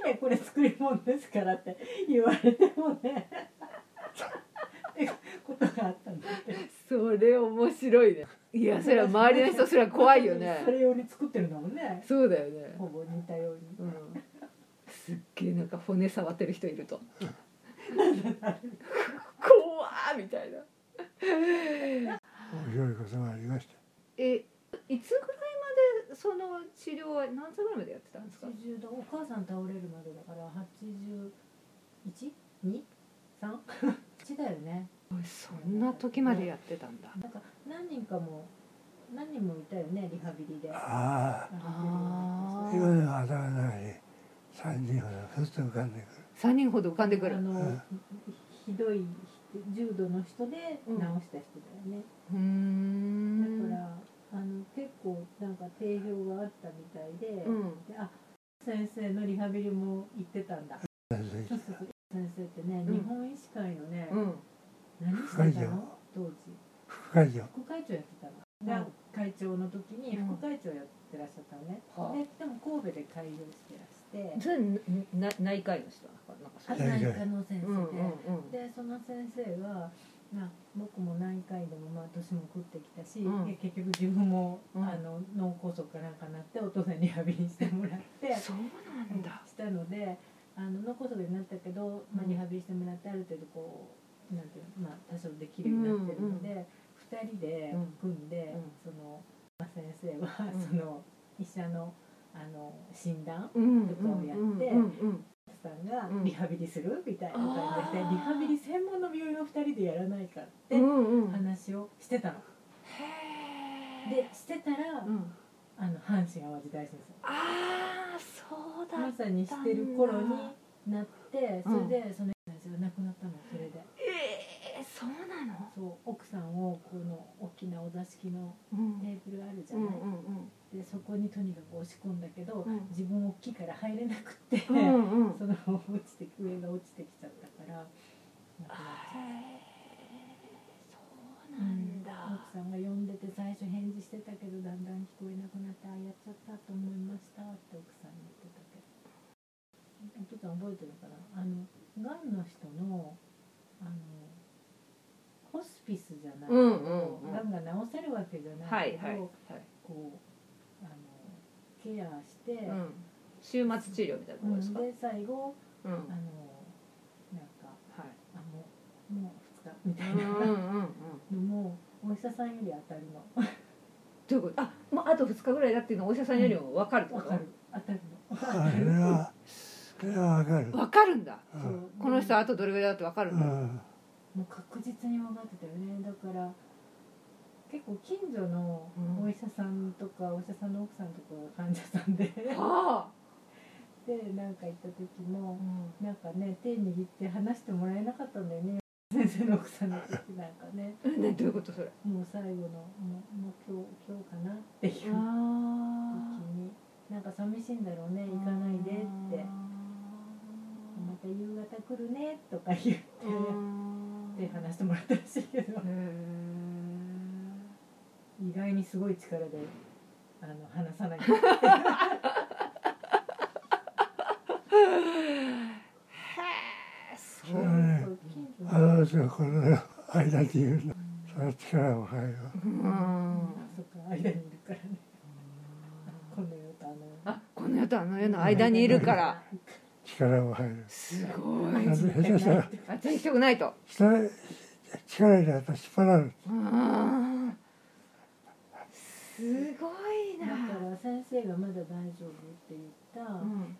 えこれ作り物ですから」って言われても ねってことがあったんだってそれ面白いね。いやそれは周りの人それは怖いよねそ。れ用に作ってるんだもんねそうだよね。ほぼ似たようにうん。すっげえなんか骨触ってる人いると。怖ーみたいな。ら面白いことがありましたえいつぐらいまでその治療は何歳ぐらいまでやってたんですか。 80度お母さん倒れるまでだから81231だよねそんな時までやってたんだ。なんか何人かも何人もいたよねリハビリであああー今では頭の中に3人ほどふっと浮かんでくる三人ほど浮かんでくるあ。の、うんひどい重度の人で治うんした人だよね、うーん。だからあの結構なんか定評があったみたいで,、うん。であ先生のリハビリも行ってたんだ先そうそうそう先生ってね、うん日本医師会のね、うん。何会してた長の当時副会長副会長やってたの、がうん会長の時にうん副会長やってらっしゃったのね、はあででも神戸で開業してらして、それな内科医の人だからなんかそあうと内科の先生で、うんうんうん。でその先生は、まあ、僕も何回でもまあ年も食ってきたし、うんで結局自分も、うんあの脳梗塞かなんかなってお父さんにリハビリしてもらってそうなんだ。したのであの脳梗塞になったけど、まあう、んリハビリしてもらってある程度こうなんていうの、まあ、多少できるようになってるので、2人でうん組んで、うんその、まあ、先生は、うんその医者のあの診断うんとかをやってうんうんさんがうんリハビリするみたいな感じで、あーリハビリ専門の病院の2人でやらないかっうてんうんうん。話をしてたの、へでしてたら、うん。あの阪神・淡路大震ああそう災だま。さにしてる頃になってうんそれでその人たちが亡くなったのそれで、ええそうなの。そう奥さんをこの大きなお座敷のうんテーブルあるじゃうないん、うんでそこにとにかく押し込んだけど、うん自分大きいから入れなくって、うん。うんうん。 その落ちて上が落ちてきちゃったから亡くなっちゃった。そうなんだ。奥さんが呼んでて最初返事してたけどだんだん聞こえなくなってああやっちゃったと思いましたって奥さんに言ってたけどお父さん覚えてるかなあのがんの人のあのホスピスじゃないけど、うんうんうんがんが治せるわけじゃはないいけど、はいはい。こうあのケアして、うん。週末治療みたいなとこうんですか。で最後うん。あのなんかはい。あもうもう2日みたいな。うんうんうん医者さんより当たるのどういうことあもうあと2日ぐらいだっていうのはお医者さんよりも分かるってこわとかる当たるのそれはそれはわかる、分かるんだうそうんこの人あとどれぐらいだって分かるんだ、うんもう確実に分かってたよねだから結構近所のお医者さんとか、お医者さんの奥さんとかが患者さんで はでなんか行った時あもなんかね手握って話してもらえなかったんだよね先生の奥さんの時なんかねえねどういうことそれもう最後のもうもう今日今日かなっていう時あになんか寂しいんだろうね行かないでってまた夕方来るねとか言っってで話してもらったらしいけど意外にすごい力であの話さないそそれはね近所あのの人がこの間で言うのその力も入るわうんあそっか間にいるからねこの世とあの世あこの世とあの世の間にいるから力も入るすごいだって下手したらあっ一くないと下へ力で私引っ張られるうんすごいだなから先生がまだ大丈夫って言った、うん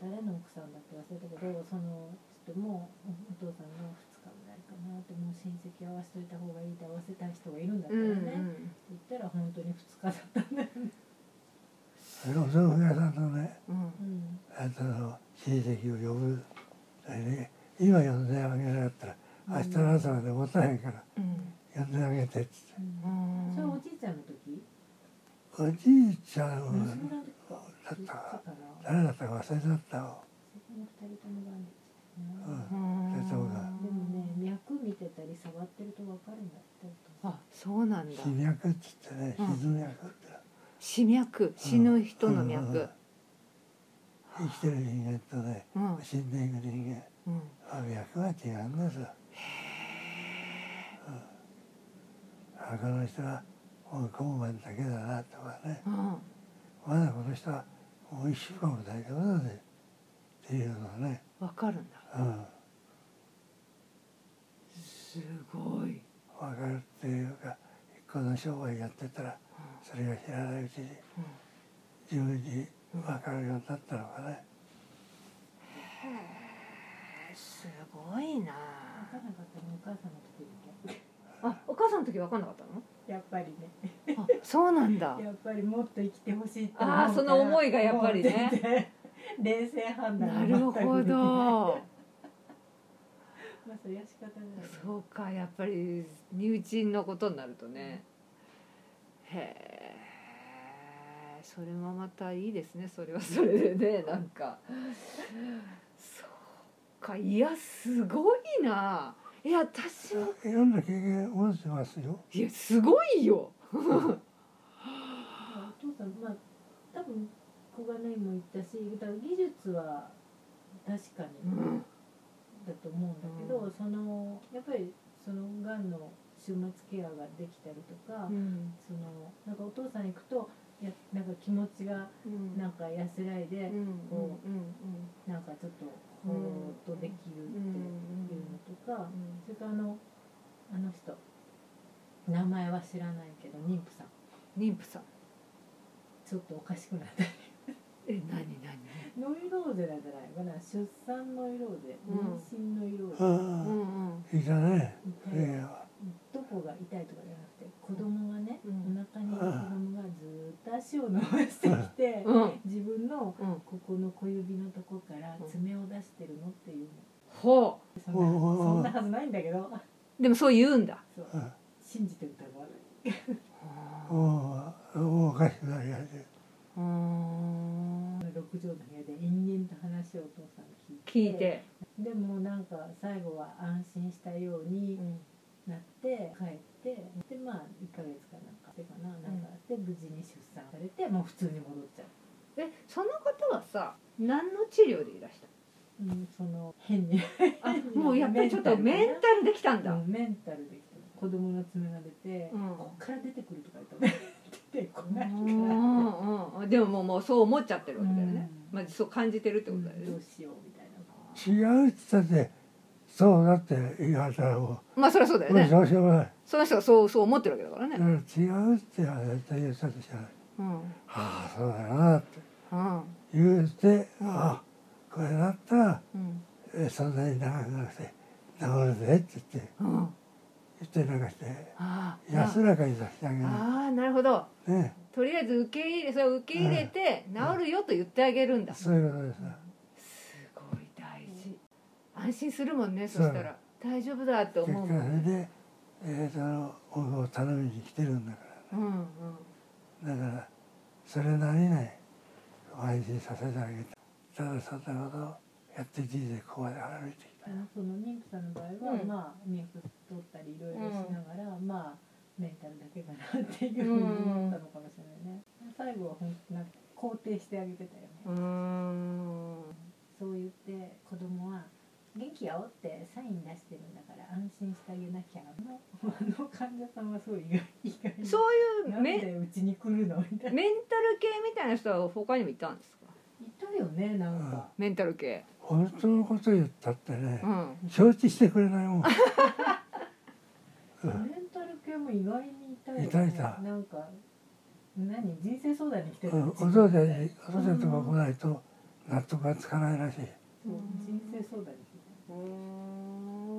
誰の奥さんだって忘れたけどそのちょっともうお父さんの2日ぐらいかなってもう親戚合わせといた方がいいって合わせたい人がいるんだったうらね、んうってん言ったら本当に2日だったんだよね、あれお豆腐屋さんのねうんうん、あとの親戚を呼ぶそれで今呼んであげなかったら明日の朝まで持たへんからうん呼んであげてってうんそれおじいちゃんの時おじいちゃん娘の時はだっかいくつたかかな誰だったか忘れちゃったわその2人ともがんでうねん手相がでもね脈見てたり触ってると分かるんだってあそうなんだ死脈っつってねうん死ぬ脈って死脈死ぬ人の脈生きてる人間とねうん、うん死んでいく人間あ脈は違うんですよ。うん、あこの人はもう今晩だけだなとかねうんまだこの人はもう一週間も大丈夫だぜっていうのはね、わかるんだうん、すごい分かるっていうかこの商売やってたらそれが知らないうちに自分に分かるようになったのかね。すごいな分からなかったのお母さんの時だあお母さんの時わかんなかったのけやっぱりねあそうなんだやっぱりもっと生きてほしいってあーその思いがやっぱりねもう全然冷静判断なるほまあどそれは仕方ないそうかやっぱり身内のことになるとねへえそれはまたいいですねそれはそれでねなんかそうかいやすごいないや私もいろんな経験を持ってますよ。いやすごいよまあお父さんまあ多分小金井も行ったしだから技術は確かうにんだと思うんだけど、うそのやっぱりそのがんの終末ケアができたりとか、うんそのなんかお父さん行くとやなんか気持ちがうんなんか安らいでうん、こうんなんかちょっとほーっとできるっていうのとか、うんそれからあのあの人名前は知らないけど妊婦さん妊婦さんちょっとおかしくなったりえ何何ノイローゼなんじゃないかな出産ノイローゼうん妊娠ノイローう、ゼ、うんんうんいたね。痛いええどこが痛いとかじゃなくて子供がね、うんお腹にいる子供がずーっと足を伸ばしてきて、うん自分のうんここの小指のとこから爪を出してるのっていうほそんなおうおうおうそんなはずないんだけど うでもそう言うんだそううん信じて疑わないもうもうおかしくなりやすい。うん六畳の部屋で延々と話をお父さんに聞聞いていて、でもなんか最後は安心したようにうんなって帰ってでまあ1ヶ月かなんかでかななんかで無事に出産されてもう普通に戻っちゃう、えその方はさ何の治療でいらしたうん、その変にあもうやっぱりちょっとメンタルできたんだ、うんメンタルできて子供の爪が出て、うんこっから出てくるとか言ったら 出てこうないから、んうんでももうもうそう思っちゃってるわけだよね、うんまあ、そう感じてるってことだよどねう、しようみたいな違うっつったってそうだって言われたらもまあそりゃそうだうよもうねどうしようもないその人がそうそう思ってるわけだからだねから違うっては絶対言ったとしないうんああそうだなってうん言うてああこれだったらうんえそんなに長くなくて治るぜって言ってうん言ってなんかしてああ安らかにさせてあげああなるほどるねとりあえず受け入れそれを受け入れて治るよと言ってあげるんだすそういうことですよごい大事安心するもんねそしたら大丈夫だって結思う果もんそれねで、えー、その僕を頼みに来てるんだかうんうんらだからそれなりね安心させてあげたただそんなことをやって人生ここまで歩いてきたその妊婦さんの場合は、うんまあ妊婦取ったりいろいろしながら、まあメンタルだけかなっていうふううんに思ったのかもしれないね、最後は本当なんか肯定してあげてたよね、うーんそう言って子供は元気やおってサイン出してるんだから安心してあげなきゃあのあの患者さんはそう意外意外にそういうなんメでうちに来るのみたいなメンタル系みたいな人は他にもいたんですかいたよねなんか、メンタル系本当のこと言ったってねう、ん承知してくれないもんうメんンタル系も意外にいたよねいたいたなんか何人生相談に来てうたんおの父ちゃんにお父ちゃんとか来ないと納得がつかないらしいそう人生相談に来てたう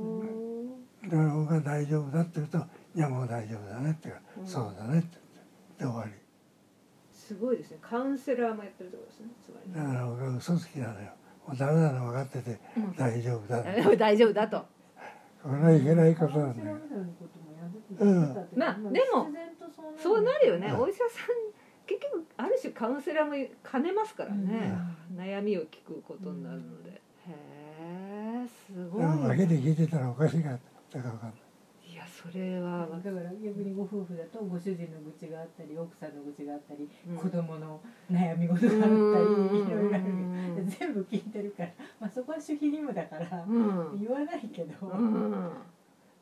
ーんだから僕が大丈夫だって言うと「いやもう大丈夫だね」って言うからう「んそうだね」って言ってで終わりすごいですねカウンセラーもやってるってことですねつまりだねから僕は嘘つきなのよもうダメなの分かっててうん大丈夫だ大丈夫 大丈夫だとこれはいけないことなんカウンセだラよーみたいなこともやってたってうんまあうでも必然とそうなるそうなるよね、うんお医者さん結局ある種カウンセラーも兼ねますからね、悩みを聞くことになるので、へえすでごい、も負けて聞いてたらおかしいからだから分かんないいやそれだはか、ら逆にご夫婦だとご主人の愚痴があったり奥さんの愚痴があったり、うん子供の悩み事があったりいろいろあるけど全部聞いてるから、まあ、そこは守秘義務だからうん言わないけど、うん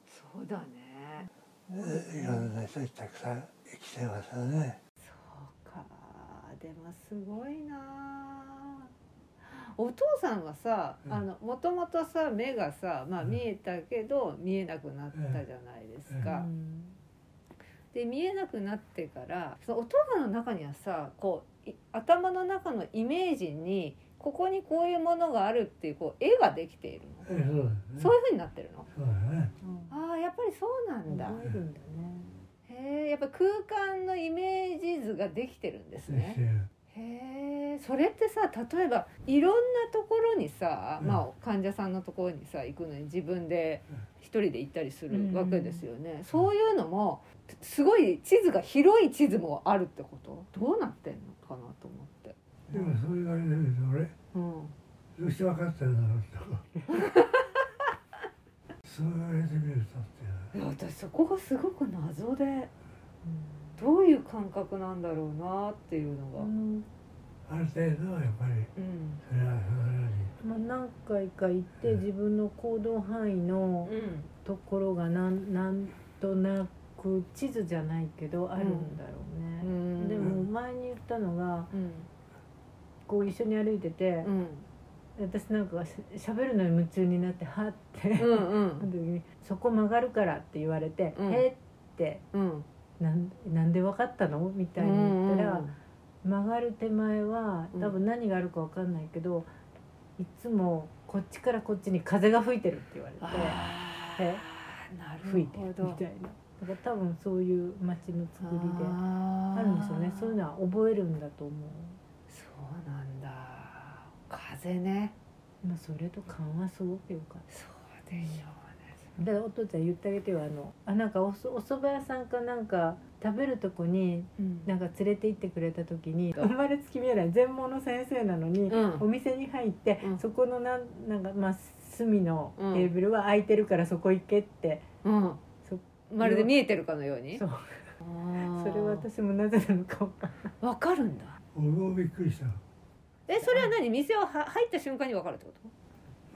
そうだねえいろんな人にたくさん生きてますよねそうかでもすごいなお父さんはさうんあのもともとさ目がさ、まあ、うん見えたけど見えなくなったじゃないですうか。で見えなくなってからそのお父さんの中にはさこうい頭の中のイメージにここにこういうものがあるっていうこう絵ができているの、えそうそういうふうになってるのそうだねうんあーやっぱりそうなんだ、覚えるんだねへえやっぱ空間のイメージ図ができてるんですねへえそれってさ例えばいろんなところにさ、うんまあ、患者さんのところにさ行くのに自分でうん一人で行ったりするわけですよね、そういうのもすごい地図が広い地図もあるってことどうなってんのかなと思って。でもそう言われてみると俺うんどうして分かってるんだろうってそう言われてみるとっていや私そこがすごく謎でどういう感覚なんだろうなっていうのが、ううんんある程度はやっぱりそれはそれなりにまあ、何回か行って自分の行動範囲のうんところがなんなんとなく地図じゃないけどあるんだろうね、うんでも前に言ったのがうんこう一緒に歩いてて、うん私なんかがししゃべるのに夢中になってはって、うんうそのん時に「そこ曲がるから」って言われて「うんえっ?」てうんなん「なんで分かったの?」みたいに言ったら、曲がる手前はうん多分何があるか分かんないけど、いつもこっちからこっちに風が吹いてるって言われてあでーなるほど吹いてるみたいなだから多分そういう街の作りでああーるんでしょうねそういうのは覚えるんだと思う。そうなんだ風ねまあ、それと勘はすごく良かったそうでしょだからお父ちゃん言ってあげてよあのあなんかおそお蕎麦屋さんかなんか食べるとこにうねなんか連れて行ってくれた時に生まれつき見えない全盲の先生なのに、うんお店に入って、うんそこのなんなんかまあ隅のテうんーブルは空いてるからそこ行けって、うんそまるで見えてるかのようにそうあーそれは私もなぜなのか分かんないわかるんだ僕もびっくりしたえそれは何店をは入った瞬間にわかるってこ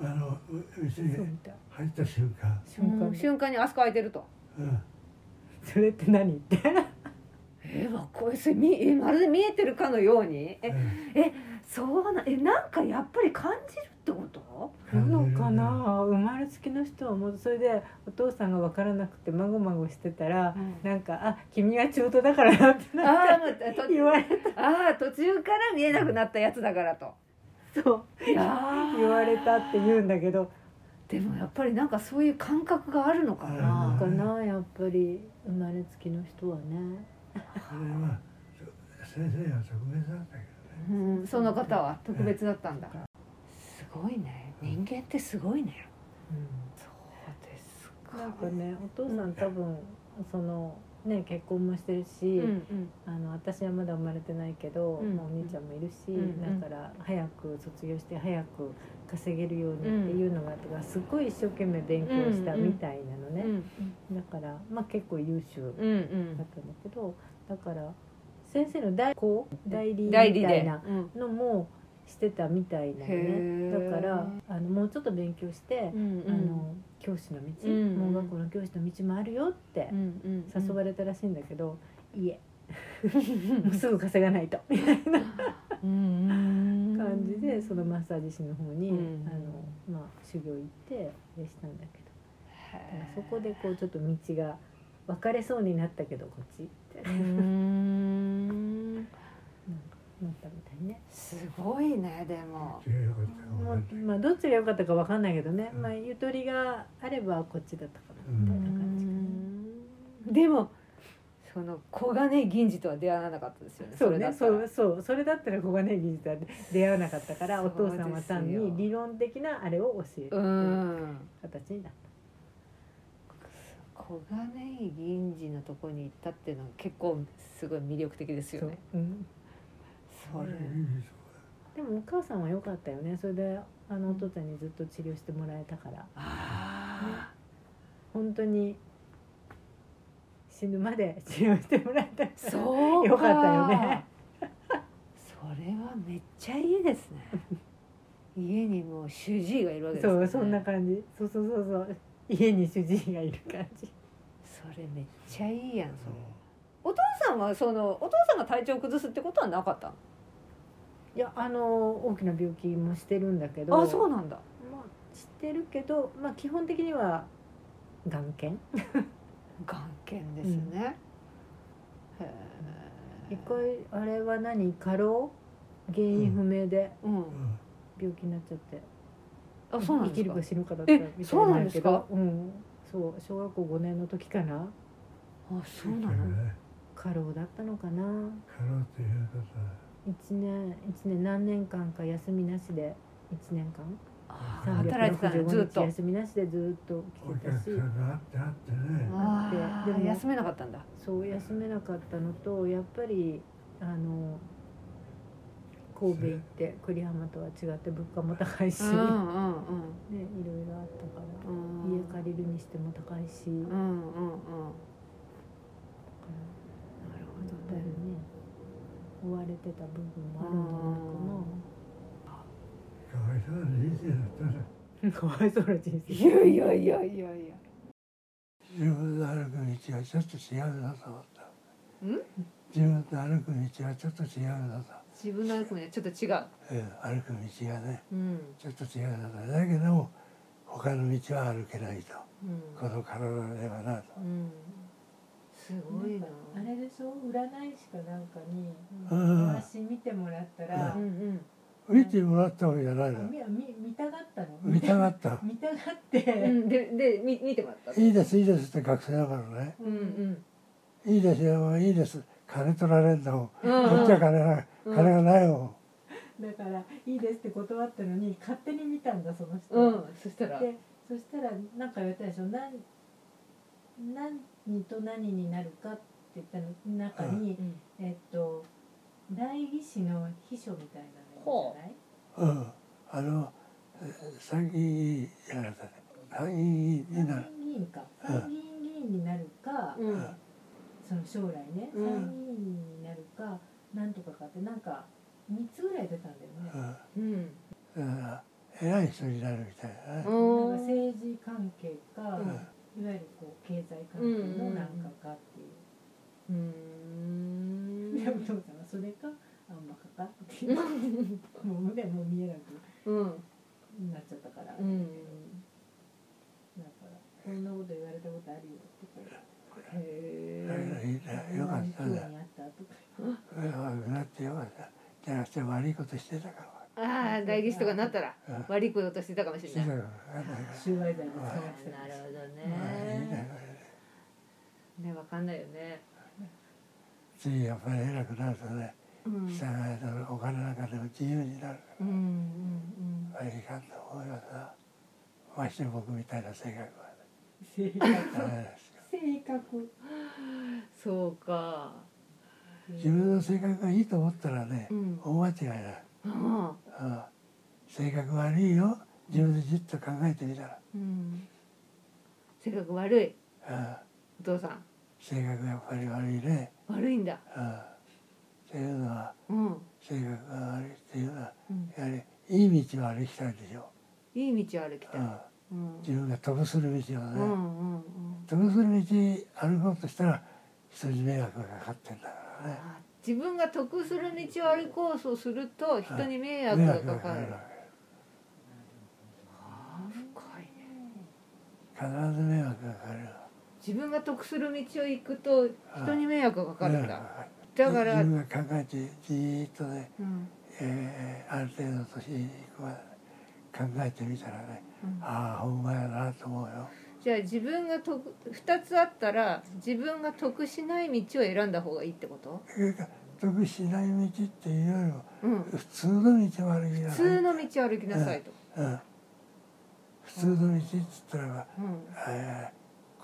あのううちにそうみたい入った瞬間、と瞬間うんに瞬間にあそこ空いてるとうん、それって何ってえわこいつみえまるで見えてるかのようにえそうなえなんかやっぱり感じるってことなのかな生まれ好きの人はもうそれでお父さんが分からなくてまごまごしてたら、なんか「あ君は中途だからな」ってあなっーまあとて言われあー途中から見えなくなったやつだからとそういやー言われたって言うんだけどでもやっぱりなんかそういう感覚があるのかな、うんなやっぱり生まれつきの人はね。それは先生は特別なんだけどねうん、その方は特別だったんだ、すごいね人間ってすごいねそうですなんかねお父さん多分そのね結婚もしてるうし、んうんあの私はまだ生まれてないけど、うんもうお兄ちゃんもいるし、うんうんだから早く卒業して早く稼げるようにっていうのがとかすごい一生懸命勉強したみたいなのうね、んだからまあ結構優秀だうっんたんだけどだから先生の代行代理うみんた代理いでなのもしてたみたいなのへねーだからあのもうちょっと勉強して、うんあの教師の道、うん盲学校の教師の道もあるよってうんうん誘われれたらしいんだけど、いいえもうすぐ稼がないとみたいな感感じでそのマッサージ師の方に、うんあのまあ、修行行ってでしたんだけどだからそこでこうちょっと道が分かれそうになったけどこっちってうーんなったみたいね。すごいねでも強いよかったかもまあね、まあ、どっちが良かったか分かんないけどね、うんまあ、ゆとりがあればこっちだったかなうんみうたーいな感じかな。んでもその小金井銀次とは出会わなかったですよねそうねそれだそったらうそうそれだったら小金井技術は出会わなかったからそおうですよ父さんは単に理論的なあれを教えうるん形になった、小金井銀次のとこに行ったっていうのは結構すごい魅力的ですよそうねうんそあれれいいとこでもお母さんは良かったよねそれであのお父ちゃんにずっと治療してもらえたからあ本当に死ぬまで 治療してもらえたかーらそうよかったよねそれはめっちゃいいです ね家にもう主治医がいるわけですそねうそんな感じそうそうそうそう家に主人がいる感じそれめっちゃいいやんそれそお父さんはそのお父さんが体調を崩すってことはなかったいやあの大きな病気もしてるんだけどのあそうなんだまあ、知ってるけど、まあ、基本的には眼検眼検ですね、へえ一回あれは何過労原因不明でうんううん病気になっちゃって、あそうなん生できるかす死ぬかだったみたいえそうなんだでけすどかうん、そう小学校5年の時かなかあそうなだのからね過労だったのかな過労ということは1年一年何年間か休みなしで1年間あー働いてたのずっ365日と休みなしでずっとお来て客たさしんがあってあってねあでーも休めなかったんだそう休めなかったのとやっぱりあの神戸行って栗浜とは違って物価も高いし、うんね、うんいろいろあったから、うん家借りるにしても高いし、うんうんうんうんなるやっほぱどりねね追われてた部分もあるんかわいそうな人生だったねじゃないか な、かわいそうな人いやいやいやいやいや自分の歩く道はちょっと違うなと思ったん自分の歩く道はちょっと違うなと、自分の役目はちょっと違うええ歩く道がねうんちょっと違うなとだけども他の道は歩けないとうんこの体ではなうとんすごいなあれでしょ占い師かなんかにうん私見てもらったらうんうん見てもらったわけじゃないのみみ見たがったの見たがった見たがっうてんででみ見てもらったいいですいいですって学生だからねうんうんいいですよいいです金取られんだもんうんうんこっちは金なうん金がないもだからいいですって断ったのに勝手に見たんだその人、うんそしたらでそしたらなんか言われたでしょ何何と何になるかって言った中に、うんえっと代議士の秘書みたいなのいるじゃないん、うん、あのえー参議院やられたね参議院になる参議院かうん参議院議員になるか、うんその将来ねうん参議院になるかなんとかかってなんか3つぐらい出たんだよね、うんうん、だから偉い人になるみたいなね、なんか政治関係か、ういんわゆるこう経済関係のなんかかっていう、うーんでお父さんはそれかあんまかかっていうもう胸もう見えなくうんなっちゃったから、うんこんなこと言われたことあるよとかへえよかったんだ興味あったとかうなってよかったじゃなくて悪いことしてたかーああ代議士とかになったららうん悪いこととしてたかもししてれたない。から収賄罪に捕まっなるてほたどうんいいね。ねねわかんないよね。次やっぱり偉くなるとねうん従えとお金なんかでも自由になるかうんうんらいかんと思いますなまして僕みたいな性格はね性格ダメですよ性格うん。そうか。自分の性格がいいと思ったらねうん。大間違いだあうん性格悪いよ自分でじっと考えてみたら、ーうん。性格悪いうんお父さん性格がやっぱり悪いね、悪いんだ。うんっていうのはうん。性格が悪いっていうのはうんやはりいい道を歩きたいんでしょいい道を歩きう、たうい。ん、うん。自分が飛ぶする道をうね、んうんうん。飛ぶする道歩こうとしたら人に迷惑がかかってんだからねあ自分が得する道を歩こうとすると人に迷惑迷が惑かがかかかるる。あー深いね。必ず迷惑がかかる自分が得する道を行くと人に迷惑がかかるん迷惑だ。がかかるだから、う自ん、分が考えてじーっとね、うんえーある程度の年に行くまで考えてみたらねああほんまやなと思うよじゃあ自分が得2つあったら自分が得しない道を選んだ方がいいってこと？というか得しない道っていうよりもうん。普通の道を歩きな普さい、通の道を歩きなさいと。うん、普通の道っつったらば、うんえー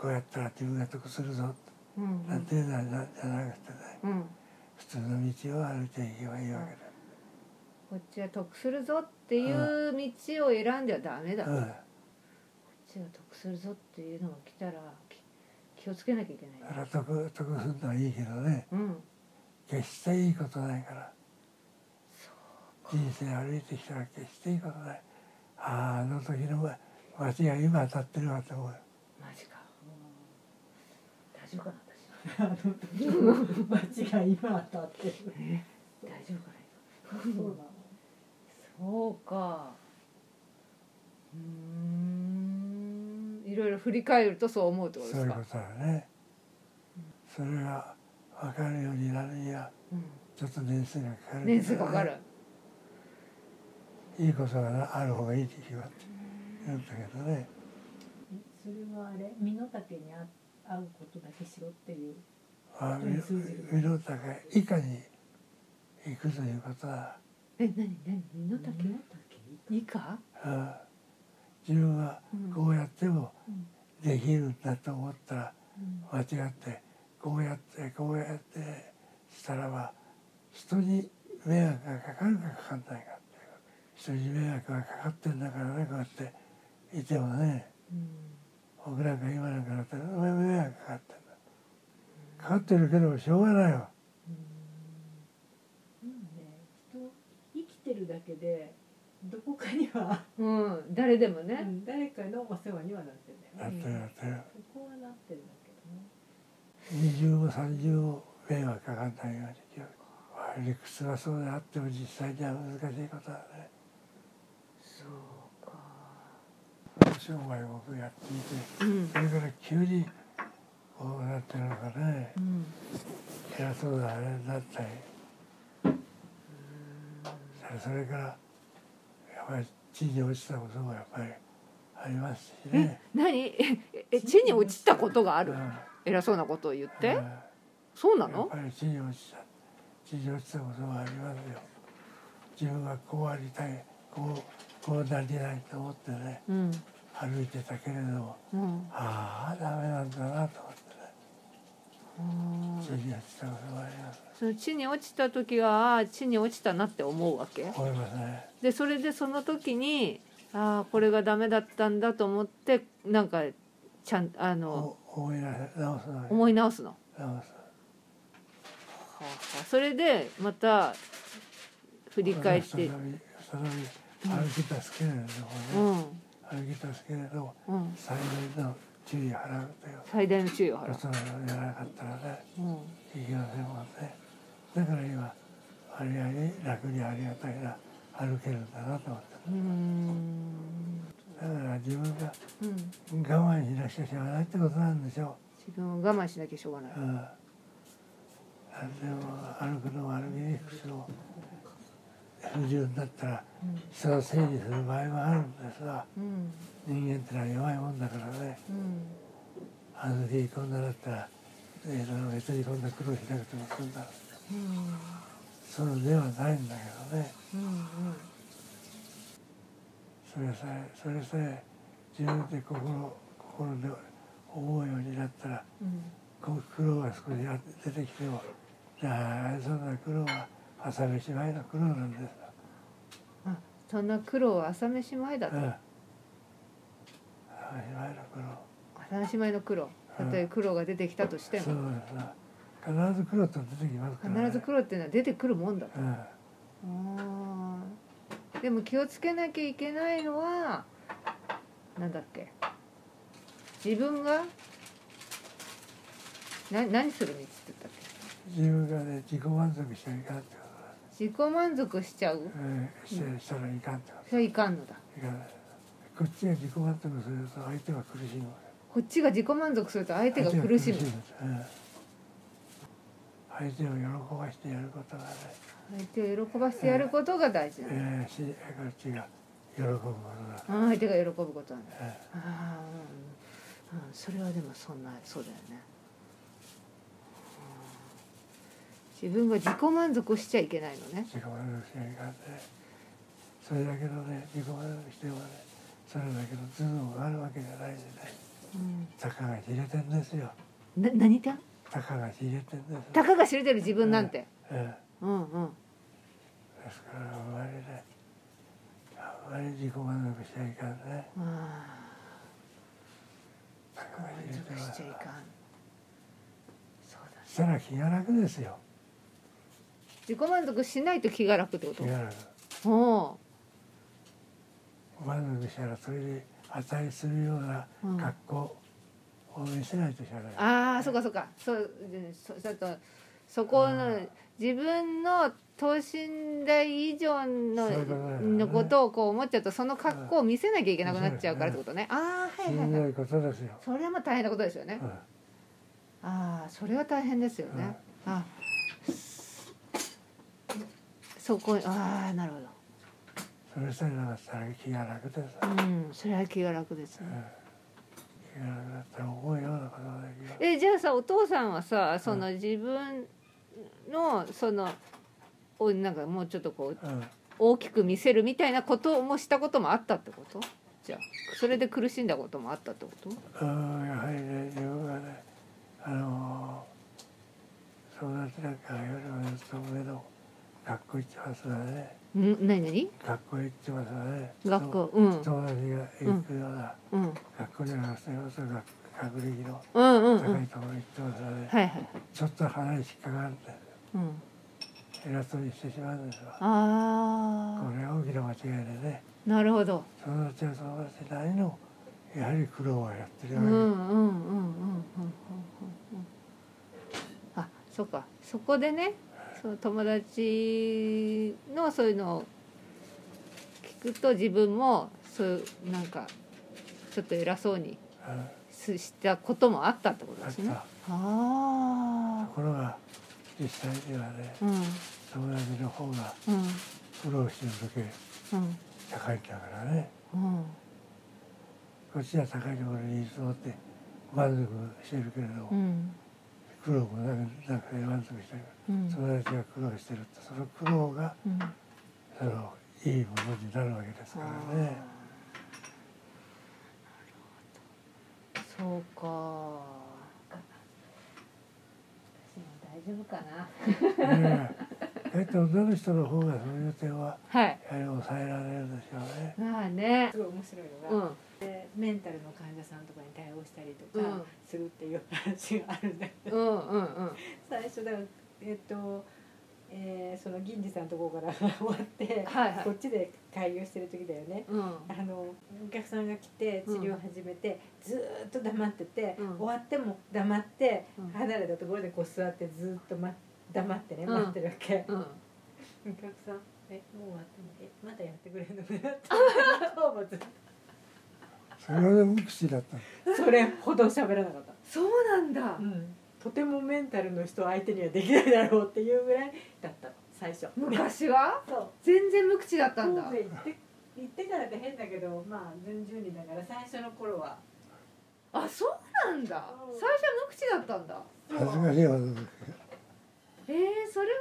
こうやったら自分が得するぞうんうなんんていうのはなじゃなくてねうん。普通の道を歩いていけばいいわけだこっちは得するぞっていう道を選んではダメだ。こっうん、ちは得するぞっていうのが来たらき気をつけなきゃいけないだね。から得得するのはいいけどねうん。決していいことないから人生歩いてきたら決していいことないあああの時のま街が今当たってるわと思うよマジか。大丈夫かな私。あの時の街が今当たってる大丈夫かな。そうなのそうか。うーん。いろいろ振り返るとそう思うってことでそういすうかこ。とだね。それが分かるようになるにはうんちょっと年数がかかるけどね、年数かかる。いいことがある方がいいって決まってるんだけどねえそれはあれ身の丈にあ合うことだけしろっていうまあ本当に通じる身の丈以下に行くということは、え、なになに、身の丈。身のいいか。うん自分はうんこうやってもうんできるんだと思ったらうん間違ってこうやってこうやってしたらば人に迷惑がかかるかかかんないかっていう人に迷惑がかかってんだからねこうやっていてもねうん僕なんか今なんかだったら迷惑かかってんだかかってるけどしょうがないようんね人生きてるだけでどこかには、うん、誰でもうね。ん誰かのお世話にはなってんだなっよねてるなってるそこはなってるんだけどね二重も三重も迷惑かかんないように気をまあ理屈はそうであっても実際には難しいことだねそうか。商売を僕やっていてうんそ。れから急にこうなってるのかねうん。偉そうなあれになったりそれからやっぱり地に落ちたこともやっぱりありますしね。なに、 ええ、地に落ちたことがあうるん。偉そうなことを言っうんてや。そうなっのぱ。り地に落ちた地に落ちたこともありますよ。自分がこうありたいこうこうなりたいと思ってねうん。歩いてたけれどもうん。ああダメなんだなと思ってあーね地に落ちたこともあります。その地に落ちた時は、あー地に落ちたなって思うわけ。思いますね。でそれでその時にああこれがダメだったんだと思ってなんかちゃんあのお思い出せ直すのに思い直すの、は直す。あはあそれでまた振り返って再び再び歩き助けるのうもね、ん歩き助けるのもうん最大の注意を払うという最大の注意を大払人がやらなかったらねう、うん、いけませんもんねだから今割合に楽にありがたいな歩けるんだなと思ってうーんだから自分がうん、我慢しなくちゃしょうがないってことなんでしょ、自分を我慢しなきゃしょうがないうう。ん、何でも歩くのも歩きにくくても不自由になったら人を整理する場合もあるんですがうん、人間ってのは弱いもんだからねうん、あの時こんなだったら、えー、別にこんな苦労しなくても済んだうん、そうではないんだけどねうん、それさえそれさえ自分で心心で思うようになったらうん、こ苦労が少しあ出てきてもじゃあそんな苦労は朝飯前の苦労なんですあ、そんな苦労は朝飯前だうとん。朝飯前の苦労朝飯前の苦労。たとえ苦労が出てきたとしてそも、うですな必ず苦労って出てきますから、ね、必ず苦労っていうのは出てくるもんだと。うんあーでも気をつけなきゃいけないのはなんだっけ自分がな何する道って言ったっけ自分がね自己満足しちゃいかんってこ自己満足しちゃうと、うん、してしたらいかんってこそれはいかんのだといかんこっちが自己満足すると相手は苦しむこっちが自己満足すると相手が苦しむ相手がうん相手を喜ばしてやることがね、相手を喜ばしてやることが大事なのえー、しこっちが喜ぶものだ、あー相手が喜ぶことなんだえあー、うんうん、それはでもそんなそうだよねうん自分が自己満足しちゃいけないのねー、自己満足しちゃいかんねそれだけのね自己満足してもねそれだけの頭脳があるわけじゃないでねたかが知れてんですよな何かたかが知れてんですよたかが知れてる自分なんて、えーうんうんですからあんまりねあんまり自己満足しちゃいかんねあたかあが満知れて足ましすちゃいしかんそうだねたら気が楽ですよ自己満足しないと気が楽ってこ気が楽とお満足したらそれで値するようなう、うん、あ格好を見せないとしゃない、あそうかそうかそうでそちょっとそこのうん自分の等身大以上のそういうことだよねのことをこう思っちゃうとその格好を見せなきゃいけなくなっちゃうからってことねああしはいはいんはいどいことですよ、それも大変なことですよねうんああそれは大変ですよね、あそこああなるほどそれさえなかったら気が楽です、うんそれは気が楽ですうんね気が楽だったら思うようなことができるえじゃあさお父さんはさその自分のそのおなんかもうちょっとこううん、大きく見せるみたいなこともしたこともあったってことじゃあそれで苦しんだこともあったってことうん、やはりね自分がねあのー、友達なんかよりもずっと上の学校行ってますわねん何何学校行ってますわね学校うん友達が行くようなうん学校じゃなくて、うそれこそ学歴のうんうんう高いんところに行ってますわね、はいはいちょっと鼻に引っかかるんですようん偉そうにしてしまうんですよこあれは大きな間違いでねあなるほど友達は友達なりのやはり苦労はやってるうわんけうんです、うんうんうんうんうんあそっかそこでねその友達のそういうのを聞くと自分もそういうなんかちょっと偉そうにうんすしたこともあったってことあでっすね。あたあところが実際にはねうんうん友達の方が苦労してる時うん高いんだからねうんこっちは高いところに居座って満足してるけれども、うん苦労もなくなくて満足してるうん友達が苦労してるってその苦労がうんそのいいものになるわけですから ね。そうか大丈夫かなねえだって女の人の方がそういう点ははいやはり抑えられるでしょうね。まあねすごい面白いのが、うんでメンタルの患者さんとかに対応したりとうかんするっていう話があるんだけど、 うんうんうん最初だからえっと、えーその銀次さんのところから 終わって、はいはいこっちで開業してる時だよね。うんあのお客さんが来て治療を始めて、ずーっと黙ってて、うん終わっても黙って、うん離れたところでこう座ってずーっと、ま、黙ってねうん待ってるわけ、うんお客さん「えもう終わってもえまだやってくれるの?」って頭ずっとそれは無口だったのそれほど喋らなかった、そうなんだうん、とてもメンタルの人相手にはできないだろうっていうぐらいだった最初昔はそう全然無口だったんだ神戸行って行ってからって変だけどまあ順々にだから最初の頃はあそうなんだうん最初は無口だったんだ恥ずかしいほどだえー、それは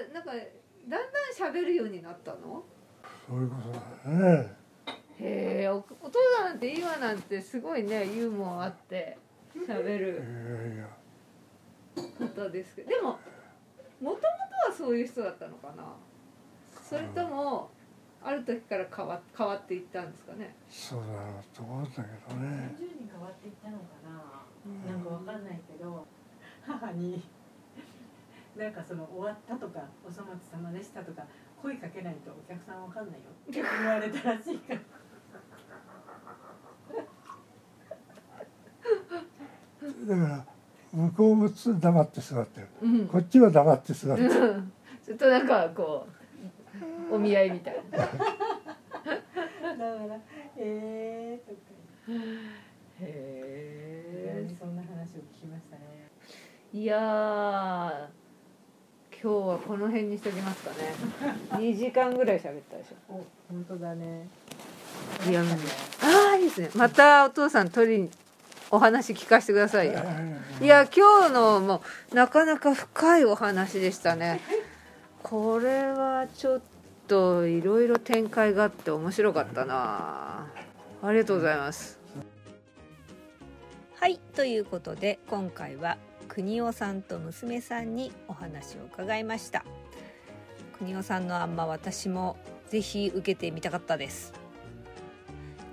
さなんかだんだん喋るようになったのそういうことだねへえおお父さんなんて今なんてすごいねユーモアあって喋いるやいや方ですけどでももともとはそういう人だったのかなそれともある時から変わ変わっていったんですかねそうだろうと思ったけど順ね々に変わっていったのかな、なんかわかんないけど母になんかその終わったとかお粗末様でしたとか声かけないとお客さんわかんないよって言われたらしいからだから向こうもつ黙って座ってるうんこっちは黙って座ってるうんずっとなんかこうお見合いみたいなへだから「えー」とか言ってえそんな話を聞きましたねいやー今日はこの辺にしときます かね2時間ぐらい喋ったでしょお本当だねいやああいいですねまたお父さん取りにお話聞かせてくださいよいや今日のもなかなか深いお話でしたねこれはちょっといろいろ展開があって面白かったなありがとうございますはいということで今回は国尾さんと娘さんにお話を伺いました国尾さんのあんま私もぜひ受けてみたかったです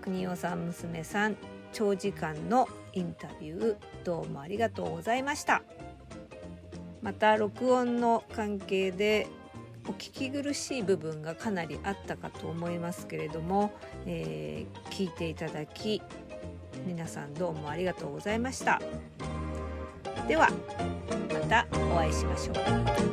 国尾さん娘さん長時間のインタビューどうもありがとうございましたまた録音の関係でお聞き苦しい部分がかなりあったかと思いますけれども、えー聞いていただき皆さんどうもありがとうございましたではまたお会いしましょう